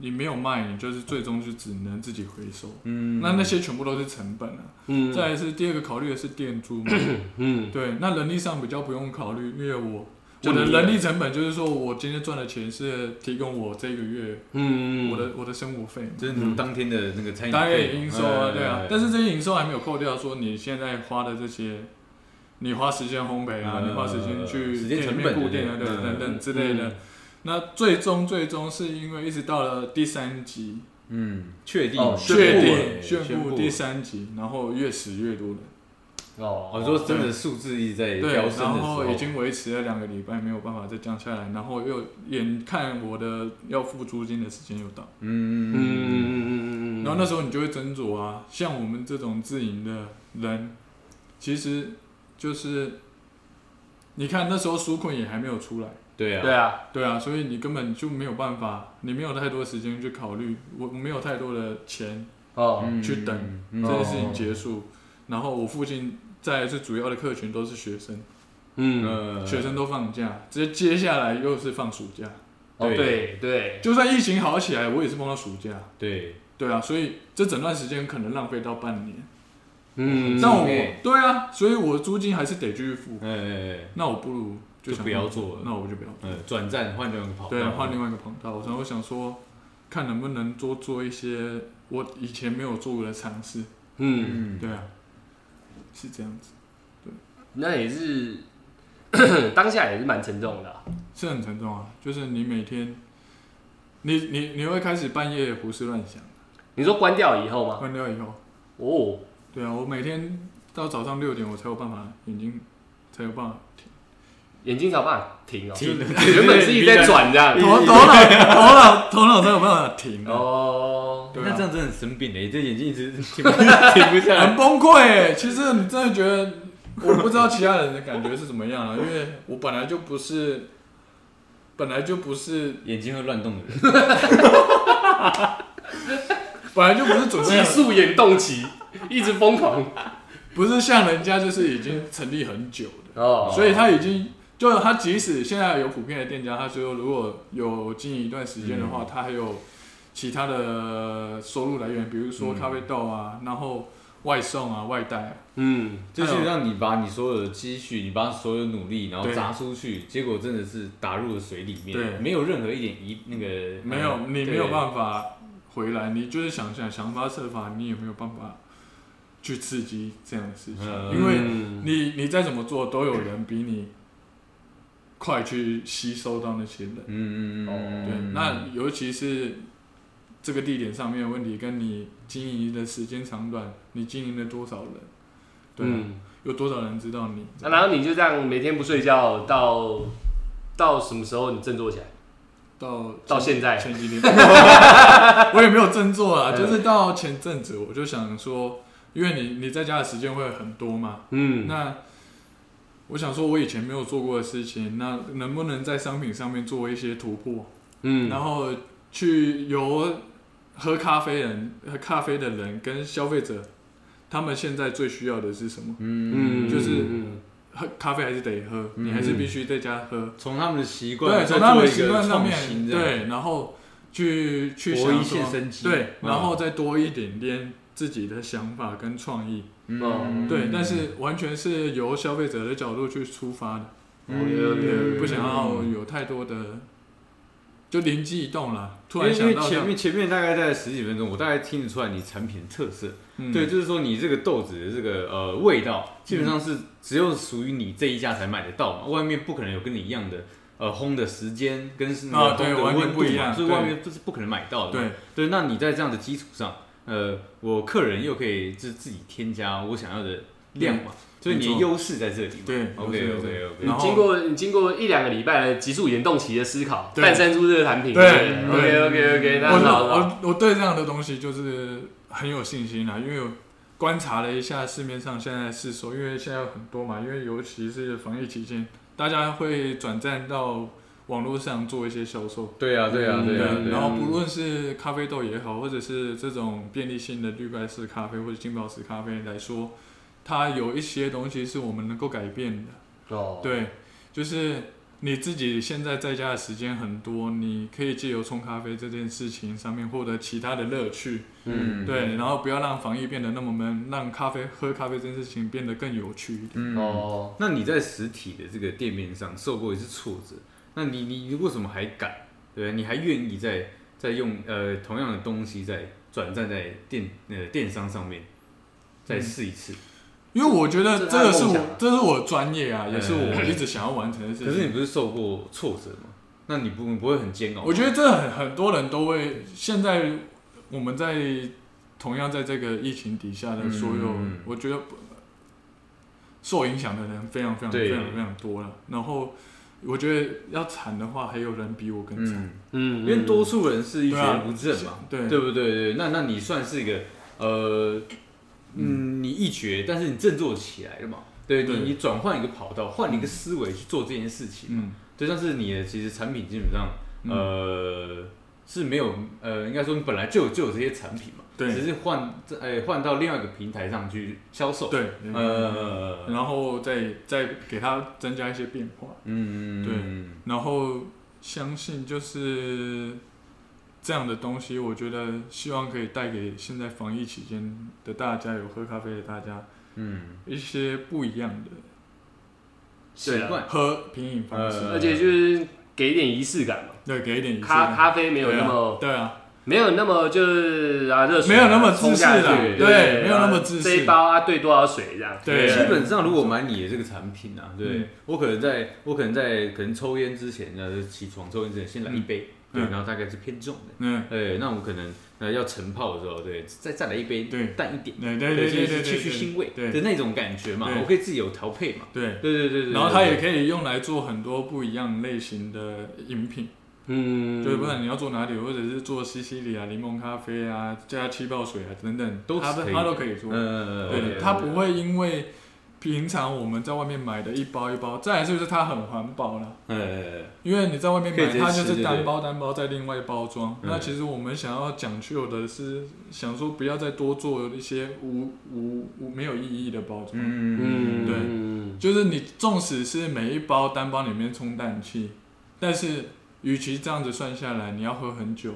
Speaker 3: 你没有卖，你就是最终就只能自己回收。
Speaker 2: 嗯
Speaker 3: 那那些全部都是成本啊。
Speaker 1: 嗯
Speaker 3: 再来是第二个考虑的是店租嘛，
Speaker 1: 嗯
Speaker 3: 对，那人力上比较不用考虑，因为我
Speaker 1: 就
Speaker 3: 我的
Speaker 1: 你
Speaker 3: 人力成本就是说我今天赚的钱是提供我这个月
Speaker 1: 嗯，
Speaker 3: 我的我的生活费嘛，
Speaker 2: 就是你们当天的那个餐饮
Speaker 3: 嗯当然
Speaker 2: 费
Speaker 3: 也营收啊，
Speaker 2: 哎
Speaker 3: 对啊
Speaker 2: 哎，
Speaker 3: 但是这些营收还没有扣掉说你现在花的这些，你花时间烘焙啊，
Speaker 2: 嗯
Speaker 3: 你花时间去
Speaker 2: 时间
Speaker 3: 店里
Speaker 2: 成
Speaker 3: 面
Speaker 2: 本
Speaker 3: 固定啊，
Speaker 2: 对
Speaker 3: 对
Speaker 2: 嗯
Speaker 3: 等等之类的
Speaker 1: 嗯。
Speaker 3: 那最终最终是因为一直到了第三集，
Speaker 2: 嗯，确
Speaker 1: 哦
Speaker 2: 定
Speaker 3: 确
Speaker 2: 哎
Speaker 3: 定
Speaker 2: 宣
Speaker 3: 宣
Speaker 2: 布
Speaker 3: 布第三集，然后越死越多人，
Speaker 1: 哦，
Speaker 2: 我说真的数字一直在
Speaker 3: 对，
Speaker 2: 哎飙升的时
Speaker 3: 然
Speaker 2: 候，
Speaker 3: 后已经维持了两个礼拜，没有办法再降下来，然后又眼看我的要付租金的时间又到，
Speaker 1: 嗯
Speaker 2: 嗯嗯
Speaker 1: 嗯嗯嗯嗯，
Speaker 3: 然后那时候你就会斟酌啊，像我们这种自营的人，其实就是你看那时候纾困也还没有出来，
Speaker 2: 对啊
Speaker 1: 对啊，
Speaker 3: 对啊，所以你根本就没有办法，你没有太多时间去考虑，我我没有太多的钱
Speaker 1: 哦，
Speaker 3: 去等
Speaker 2: 嗯
Speaker 3: 这件事情结束，然后我附近再来是主要的客群都是学生，
Speaker 1: 嗯，
Speaker 2: 呃
Speaker 3: 学生都放假，直接接下来又是放暑假。
Speaker 1: 哦
Speaker 2: 对
Speaker 1: 对对，
Speaker 3: 就算疫情好起来，我也是碰到暑假。
Speaker 2: 对
Speaker 3: 对啊，所以这整段时间可能浪费到半年。
Speaker 1: 嗯，
Speaker 3: 那我
Speaker 2: 嗯
Speaker 3: 对啊，所以我租金还是得继续付。
Speaker 2: 哎哎哎
Speaker 3: 那我不如就
Speaker 2: 就
Speaker 3: 想
Speaker 2: 不要做了
Speaker 3: 那我就不要。
Speaker 2: 呃转战换另一个跑道，
Speaker 3: 对啊，换另外一个跑道。然后我想说，看能不能多做一些我以前没有做过的尝试。
Speaker 1: 嗯，
Speaker 2: 嗯
Speaker 3: 对啊，是这样子，
Speaker 1: 那也是当下也是蛮沉重的啊，
Speaker 3: 是很沉重啊。就是你每天，你你你会开始半夜胡思乱想，
Speaker 1: 你说关掉以后吗？
Speaker 3: 关掉以后。
Speaker 1: 哦，
Speaker 3: 对啊，我每天到早上六点我才有办法眼睛才有办法停，
Speaker 1: 眼睛才有办法停哦，
Speaker 2: 停
Speaker 1: 原本是一直在转这样。
Speaker 2: 哎
Speaker 3: 头头脑头脑头脑才有办法停哦，
Speaker 1: 哦，
Speaker 3: 对
Speaker 2: 那
Speaker 3: 啊
Speaker 2: 这，样真的很生病哎，这眼睛一直停不停不下
Speaker 3: (laughs) 很
Speaker 2: 来。
Speaker 3: 崩溃欸。其实你真的觉得，我不知道其他人的感觉是怎么样啊，因为我本来就不是，本来就不是，
Speaker 2: (laughs) 眼睛会乱动的人，
Speaker 3: 本来就不是准备
Speaker 1: 激素眼动期一直疯狂
Speaker 3: 不是像人家就是已经成立很久的，
Speaker 1: 哦，
Speaker 3: 所以他已经就他即使现在有普遍的店家，他说如果有经营一段时间的话，他还有其他的收入来源，比如说
Speaker 2: 嗯
Speaker 3: 咖啡豆啊，然后外送啊、外带啊、
Speaker 1: 嗯，
Speaker 2: 就是让你把你所有的积蓄，你把所有努力，然后
Speaker 3: 对
Speaker 2: 砸出去，结果真的是打入了水里面，
Speaker 3: 对
Speaker 2: 没有任何一点一那个哎
Speaker 3: 没有你没有
Speaker 2: 法。
Speaker 3: 办法回来，你就是想想想方设法，你也没有办法去刺激这样的事情，
Speaker 2: 嗯
Speaker 3: 因为
Speaker 1: 嗯
Speaker 3: 你你再怎么做，都有人比你快去吸收到那些人。
Speaker 2: 嗯嗯嗯嗯，
Speaker 3: 对，
Speaker 2: 嗯
Speaker 3: 那尤其是这个地点上面的问题，跟你经营的时间长短，你经营了多少人，对啊、
Speaker 1: 嗯，
Speaker 3: 有多少人知道你？
Speaker 1: 那然后你就这样每天不睡觉到到什么时候你振作起来？
Speaker 3: 到
Speaker 1: 到现在嗯
Speaker 3: 前几年， (laughs) 我也没有振作啊，就是到前阵子，我就想说，因为你你在家的时间会很多嘛，
Speaker 1: 嗯，
Speaker 3: 那我想说，我以前没有做过的事情，那能不能在商品上面做一些突破？
Speaker 1: 嗯，
Speaker 3: 然后去由喝咖啡人、喝咖啡的人跟消费者，他们现在最需要的是什么？
Speaker 2: 嗯，
Speaker 3: 就是
Speaker 1: 嗯
Speaker 3: 喝咖啡还是得喝，
Speaker 2: 嗯
Speaker 3: 你还是必须在家喝。
Speaker 2: 从他们的习惯，
Speaker 3: 对，从他们习
Speaker 2: 习惯
Speaker 3: 惯上面，，对，然后去去
Speaker 2: 博一
Speaker 3: 想
Speaker 2: 线
Speaker 3: 说，
Speaker 2: 生机，
Speaker 3: 对，
Speaker 2: 嗯
Speaker 3: 然后再多一点点自己的想法跟创意，
Speaker 1: 嗯
Speaker 3: 对，但是完全是由消费者的角度去出发的，
Speaker 2: 哦
Speaker 1: 嗯
Speaker 3: 对，不想
Speaker 2: 嗯
Speaker 3: 要有太多的，就灵机一动啦，突
Speaker 2: 因为因
Speaker 3: 然想
Speaker 2: 为
Speaker 3: 到这
Speaker 2: 前
Speaker 3: 样，
Speaker 2: 面前面大概在十几分钟，我大概听得出来你产品的特色，
Speaker 3: 嗯
Speaker 2: 对，就是说你这个豆子的这个呃味道，基本上是只有属于你这一家才买得到嘛，外面不可能有跟你一样的呃烘的时间跟是那
Speaker 3: 啊
Speaker 2: 个
Speaker 3: 对
Speaker 2: 烘的
Speaker 3: 完全
Speaker 2: 温度
Speaker 3: 不一
Speaker 2: 嘛，
Speaker 3: 样
Speaker 2: 所以
Speaker 3: 对
Speaker 2: 外面这是不可能买到的嘛。
Speaker 3: 对，
Speaker 2: 对，那你在这样的基础上，呃，我客人又可以自自己添加我想要的量嘛，所以你
Speaker 3: 嗯
Speaker 2: 的
Speaker 3: 没错
Speaker 2: 优势在这里嘛。
Speaker 3: 对
Speaker 2: ，OK
Speaker 3: 优势
Speaker 2: OK
Speaker 1: 嗯你
Speaker 3: 然
Speaker 2: OK，
Speaker 3: 后
Speaker 1: 经过你经过一两个礼拜的急速眼动期的思考，
Speaker 3: 对
Speaker 1: 诞生出这个产品。
Speaker 3: 对嗯
Speaker 1: ，OK OK OK，那
Speaker 3: 我
Speaker 1: 很好，很好
Speaker 3: 我我对这样的东西就是很有信心啦，因为我观察了一下市面上现在的市售，因为现在有很多嘛，因为尤其是防疫期间，大家会转战到网络上做一些销售。
Speaker 2: 对啊对啊
Speaker 1: 嗯
Speaker 2: 对啊
Speaker 1: 对
Speaker 2: 对
Speaker 3: 然
Speaker 2: 啊，
Speaker 3: 后不论是咖啡豆也好，或者是这种便利性的滤盖式咖啡或者浸泡式咖啡来说，它有一些东西是我们能够改变的。
Speaker 1: 哦，
Speaker 3: 对，就是你自己现在在家的时间很多，你可以借由冲咖啡这件事情上面获得其他的乐趣，
Speaker 1: 嗯，
Speaker 2: 嗯，
Speaker 3: 对，然后不要让防疫变得那么闷，让咖啡喝咖啡这件事情变得更有趣一点。
Speaker 2: 嗯
Speaker 1: 哦，
Speaker 2: 那你在实体的这个店面上受过一次挫折，那你你你为什么还敢？对不对，你还愿意在在用呃同样的东西在转战在电呃电商上面再试一次？
Speaker 3: 因为我觉
Speaker 1: 这
Speaker 3: 得
Speaker 1: 是
Speaker 3: 这
Speaker 1: 他的
Speaker 3: 个是
Speaker 1: 梦
Speaker 3: 我
Speaker 1: 想啊，
Speaker 3: 这是我专业啊，也是我
Speaker 2: 嗯
Speaker 3: 一直想要完成的事
Speaker 2: 可是你
Speaker 3: 情。
Speaker 2: 不是受过挫折吗？那你不你不会很煎熬吗？
Speaker 3: 我觉得这很很多人都会，现在我们在同样在这个疫情底下的所有，
Speaker 2: 嗯
Speaker 3: 我觉得受影响的人非常非常
Speaker 2: 对
Speaker 3: 非常非常多了。然后我觉得要惨的话，还有人比我更惨。
Speaker 2: 嗯，
Speaker 1: 嗯，
Speaker 2: 因为多
Speaker 1: 嗯
Speaker 2: 数人是一
Speaker 3: 对
Speaker 2: 蹶
Speaker 3: 啊
Speaker 2: 不振嘛，
Speaker 3: 对
Speaker 2: 对不对？对，那那你算是一个呃，嗯，你一蹶，但是你振作起来了嘛？对你，
Speaker 3: 对
Speaker 2: 你转换一个跑道，换一个思维去做这件事情。
Speaker 3: 嗯，
Speaker 2: 对，但是你的其实产品基本上，
Speaker 3: 嗯
Speaker 2: 呃，是没有，呃，应该说你本来就有就有这些产品嘛，
Speaker 3: 对
Speaker 2: 只是换，呃，换到另外一个平台上去销售，，
Speaker 3: 对，
Speaker 2: 呃，
Speaker 3: 然后再再给他增加一些变化，
Speaker 2: 嗯，
Speaker 3: 对
Speaker 2: 嗯，
Speaker 3: 然后相信就是这样的东西，我觉得希望可以带给现在防疫期间的大家，有喝咖啡的大家
Speaker 2: 嗯，
Speaker 3: 一些不一样的
Speaker 2: 习
Speaker 1: 对啊
Speaker 2: 惯，
Speaker 3: 喝品饮方式，
Speaker 2: 呃
Speaker 1: 而且就是给一点仪式感嘛，
Speaker 3: 对，给一点仪式
Speaker 1: 咖
Speaker 3: 感
Speaker 1: 咖啡没有
Speaker 3: 对
Speaker 1: 那
Speaker 3: 啊
Speaker 1: 么
Speaker 3: 对啊，
Speaker 1: 没有那么就是啊热水
Speaker 3: 没有那么
Speaker 1: 冲
Speaker 3: 自私
Speaker 1: 下
Speaker 3: 啦
Speaker 1: 去，
Speaker 3: 对
Speaker 1: 对，
Speaker 3: 没有那么
Speaker 1: 啊
Speaker 3: 自私
Speaker 1: 这一包啊兑多少水这样，
Speaker 3: 对
Speaker 2: 基本上如果买你的这个产品啊，对、
Speaker 3: 嗯
Speaker 2: 我可能在我可能在可能抽烟之前呢，起床抽烟之前先来一杯，对，
Speaker 3: 嗯
Speaker 2: 然后大概是偏重的，
Speaker 3: 嗯，
Speaker 2: 对，那我们可能呃要盛泡的时候，对，再再来一杯
Speaker 3: 对
Speaker 2: 淡一点，
Speaker 3: 对对对对对
Speaker 2: 去去
Speaker 3: 对
Speaker 2: 腥味
Speaker 3: 对
Speaker 2: 的那种感觉嘛，
Speaker 3: 对
Speaker 2: 我可以自己有调配嘛，
Speaker 3: 对，
Speaker 2: 对对对对，
Speaker 3: 然后它也
Speaker 2: 以，
Speaker 3: 可以用来做很多不一样类型的饮品。
Speaker 1: 嗯，
Speaker 3: 对，不然你要做哪里，或者是做西西里啊、柠檬咖啡啊、加气泡水啊等等，
Speaker 2: 都
Speaker 3: 它
Speaker 2: 是可以
Speaker 3: 它都可以做。
Speaker 2: 呃，
Speaker 3: 对，它不会因为平常我们在外面买的一包一包，再来就是它很环保啦。
Speaker 2: 呃，
Speaker 3: 因为你在外面
Speaker 2: 可以直接
Speaker 3: 买，它就
Speaker 2: 吃
Speaker 3: 是
Speaker 2: 对
Speaker 3: 单
Speaker 2: 对
Speaker 3: 包单包再另外包装。
Speaker 2: 嗯
Speaker 3: 那其实我们想要讲究的是，想说不要再多做一些无无无没有意义的包装。
Speaker 2: 嗯
Speaker 1: 嗯，
Speaker 3: 对
Speaker 1: 嗯
Speaker 3: 就是你纵使是每一包单包里面充氮气，但是与其这样子算下来，你要喝很久。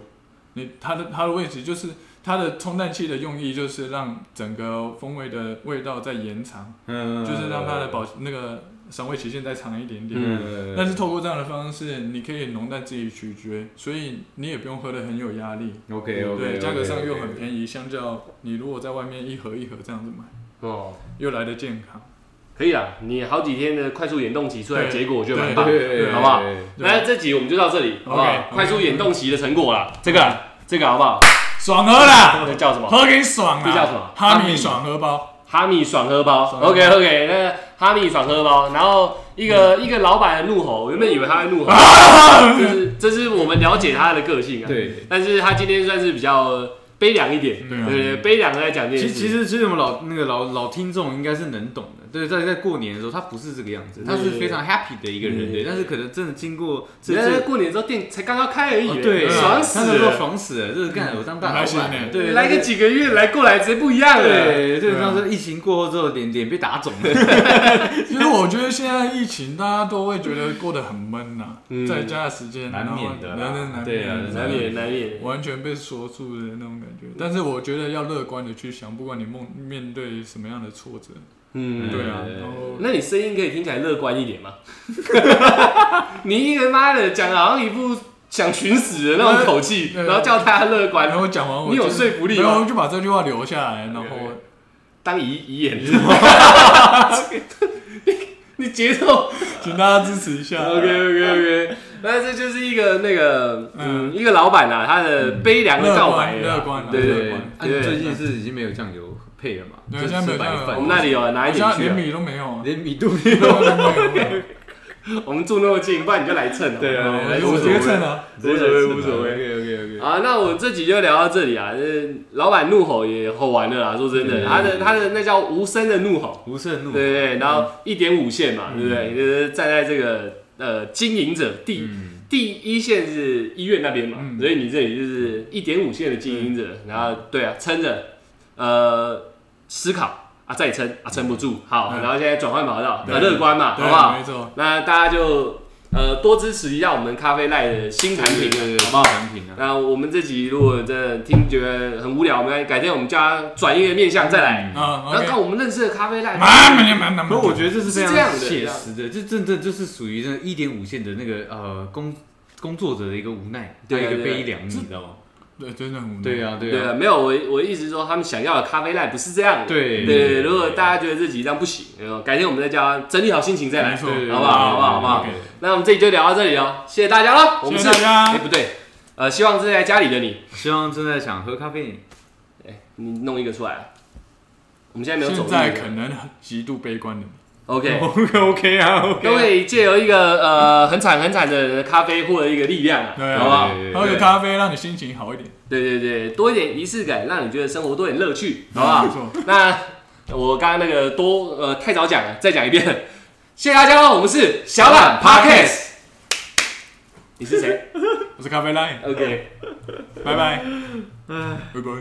Speaker 3: 你它的它的位置就是它的充氮气的用意，就是让整个风味的味道再延长，
Speaker 2: 嗯，
Speaker 3: 就是让它的保那个赏味期限再长一点点。
Speaker 2: 嗯，
Speaker 3: 但是透过这样的方式，你可以浓淡自己取决，所以你也不用喝的很有压力。
Speaker 2: OK OK，
Speaker 3: 对，价格上又很便宜，相较你如果在外面一盒一盒这样子买，
Speaker 1: 哦，
Speaker 3: 又来的健康。
Speaker 1: 可以啦，你好几天的快速眼动期出来，
Speaker 3: 对
Speaker 1: 结果我觉得蛮
Speaker 3: 宜吧
Speaker 1: 棒。
Speaker 2: 对，
Speaker 1: 好不好
Speaker 2: 对
Speaker 3: 对
Speaker 1: 那这集我们就到这里，好不好
Speaker 3: OK，OK？
Speaker 1: 快速眼动期的成果啦，这个啦这个好
Speaker 3: (laughs)
Speaker 1: 不好？
Speaker 3: 爽喝啦！
Speaker 1: 这叫什么？
Speaker 3: 喝给你爽啊！
Speaker 1: 这叫什么
Speaker 3: 哈密爽喝包。
Speaker 1: 哈密爽喝包
Speaker 3: 爽喝包
Speaker 1: ，OK OK，那哈密爽喝包，然后一
Speaker 3: 嗯
Speaker 1: 个、一个老板的怒吼，我原本以为他会
Speaker 3: (laughs)
Speaker 1: 怒吼，这是这是我们了解他的个性啊，，
Speaker 2: 对。
Speaker 1: 但是他今天算是比较悲凉一点，
Speaker 3: 对
Speaker 1: 对
Speaker 3: 啊
Speaker 1: 对对，悲凉的在讲这
Speaker 2: 其
Speaker 1: 件
Speaker 2: 实
Speaker 1: 事，
Speaker 2: 其实其实我们老那个老老听众应该是能懂的，对，在在过年的时候他不是这个样子，他是非常 happy 的一个人，对，但是可能真的经过这
Speaker 1: 人家在
Speaker 2: 这
Speaker 1: 过年之后店才刚刚开而已、
Speaker 2: 哦，对，
Speaker 1: 爽死
Speaker 2: 他那时候
Speaker 1: 了，
Speaker 2: 爽死了，就是干，我当大
Speaker 3: 很
Speaker 2: 老
Speaker 3: 开心呢
Speaker 2: 板，对，
Speaker 1: 来个几个月来过来直接不一样了，
Speaker 2: 对，对，
Speaker 3: 对啊
Speaker 2: 当时疫情过后之后，脸脸被打肿了，
Speaker 3: 其实我觉得现在疫情，大家都会觉得过得很闷呐、
Speaker 1: 嗯
Speaker 3: 在家的时间
Speaker 2: 难免的啦
Speaker 3: 然后难难
Speaker 2: 对啊
Speaker 3: 免
Speaker 1: 难免难免，
Speaker 3: 完全被锁住的那种感觉。但是我觉得要乐观的去想，不管你梦面对什么样的挫折，
Speaker 1: 嗯，
Speaker 3: 对啊，
Speaker 2: 嗯
Speaker 3: 然后
Speaker 1: 那你声音可以听起来乐观一点 (laughs) 吗？你一个妈的讲的好像一副想寻死的那种口 (laughs) 气，
Speaker 3: 呃
Speaker 1: 然后叫大家乐
Speaker 3: 然
Speaker 1: 观，
Speaker 3: 后讲完我
Speaker 1: 你有
Speaker 3: 就
Speaker 1: 说服力
Speaker 3: 然
Speaker 1: 吗
Speaker 3: 后就把这句话留下来，然后
Speaker 1: OK，OK 当遗遗 (laughs) 言是吗？你你节奏
Speaker 3: 请大家支持一下。
Speaker 1: OK OK OK，那这就是一个那个嗯一个老板啊，他的悲凉的告白啊，
Speaker 3: 乐观乐观
Speaker 1: 对对
Speaker 3: 乐
Speaker 1: 对
Speaker 3: 观。
Speaker 2: 啊
Speaker 1: 对
Speaker 2: 最近是已经没有酱油配了嘛，
Speaker 3: 对
Speaker 2: 就是
Speaker 3: 现在没
Speaker 2: 吃
Speaker 3: 有
Speaker 2: 白
Speaker 3: 酱油
Speaker 2: 饭
Speaker 1: 我们那里有拿一点
Speaker 3: 好像
Speaker 1: 去
Speaker 3: 连
Speaker 1: 啊，
Speaker 3: 米都没有啊，
Speaker 2: 连米都没有，
Speaker 1: 我们住那么近，不然你就来蹭啊。
Speaker 2: 对啊
Speaker 1: 来蹭
Speaker 3: 我直接蹭啊，
Speaker 1: 无所谓无所谓。
Speaker 2: OK OK OK，
Speaker 1: 啊，那我们这集就聊到这里啊。这老板怒吼也吼完了啦，说真的，
Speaker 2: 对
Speaker 1: 他的他的那叫无声的怒吼，
Speaker 2: 无胜
Speaker 1: 对
Speaker 2: 怒，
Speaker 1: 对对，然后一点五线嘛，对不对？就是站在这个呃经营者第
Speaker 2: 嗯，
Speaker 1: 第一线是医院那边嘛，
Speaker 3: 嗯
Speaker 1: 所以你这里就是一点五线的经营者，然后对啊，撑着，呃，思考啊，再撑啊，撑不住，好，
Speaker 3: 嗯
Speaker 1: 然后现在转换跑道，
Speaker 3: 对
Speaker 1: 呃，乐观嘛，好
Speaker 3: 对，
Speaker 1: 不好
Speaker 3: 没？错，
Speaker 1: 那大家就呃多支持一下我们咖啡赖的新产品
Speaker 2: 对，对对，
Speaker 1: 好不好？
Speaker 2: 产品啊，
Speaker 1: 那我们这集如果真的听觉得很无聊，我们改天我们叫他转一个面向再来，
Speaker 3: 啊
Speaker 1: 然后
Speaker 3: ，OK，
Speaker 1: 看我们认识的咖啡赖。
Speaker 3: 慢慢慢慢
Speaker 2: 可我觉得这是非
Speaker 1: 是这样
Speaker 2: 常
Speaker 1: 的
Speaker 2: 写实的，这真的就是属于那一点五线的那个呃工工作者的一个无奈，
Speaker 1: 对啊
Speaker 2: 还有一个
Speaker 1: 对啊
Speaker 2: 悲凉，你知道吗？
Speaker 3: 对，真的很无奈
Speaker 2: 对啊对
Speaker 1: 对啊，
Speaker 2: 啊
Speaker 1: 没有我我意思说他们想要的咖啡赖不是这样的。
Speaker 2: 对
Speaker 1: 对，如果大家觉得这集这样不行，呃改天我们再叫他整理好心情再
Speaker 3: 没
Speaker 1: 来。
Speaker 3: 错
Speaker 2: 对，
Speaker 1: 好不好好不好好不好那我们这集就聊到这里哦，谢谢大家喽，我
Speaker 3: 谢
Speaker 1: 们是
Speaker 3: 谢大家
Speaker 1: 哎，不对，呃，希望是在家里的你，
Speaker 2: 希望正在想喝咖啡的 (laughs) 你，
Speaker 1: 哎，你弄一个出来啊。我们现在没有走
Speaker 3: 现
Speaker 1: 路
Speaker 3: 在可能极度悲观的，
Speaker 1: OK。
Speaker 2: OK OK 啊，OK
Speaker 1: 都可以借由一个呃很惨很惨的人的咖啡获得一个力量啊，
Speaker 3: 对啊
Speaker 1: 好不好？
Speaker 2: 对
Speaker 3: 喝个咖啡让你心情好一点，
Speaker 1: 对对对，多一点仪式感，让你觉得生活多一点乐趣，好不
Speaker 3: 没
Speaker 1: 好？
Speaker 3: 错，
Speaker 1: 那我刚刚那个多呃太早讲了，再讲一遍，谢谢大家喽，我们是小懒 Podcast，你是谁
Speaker 3: 我是咖啡 line，
Speaker 1: ？OK。
Speaker 3: 拜拜，拜拜。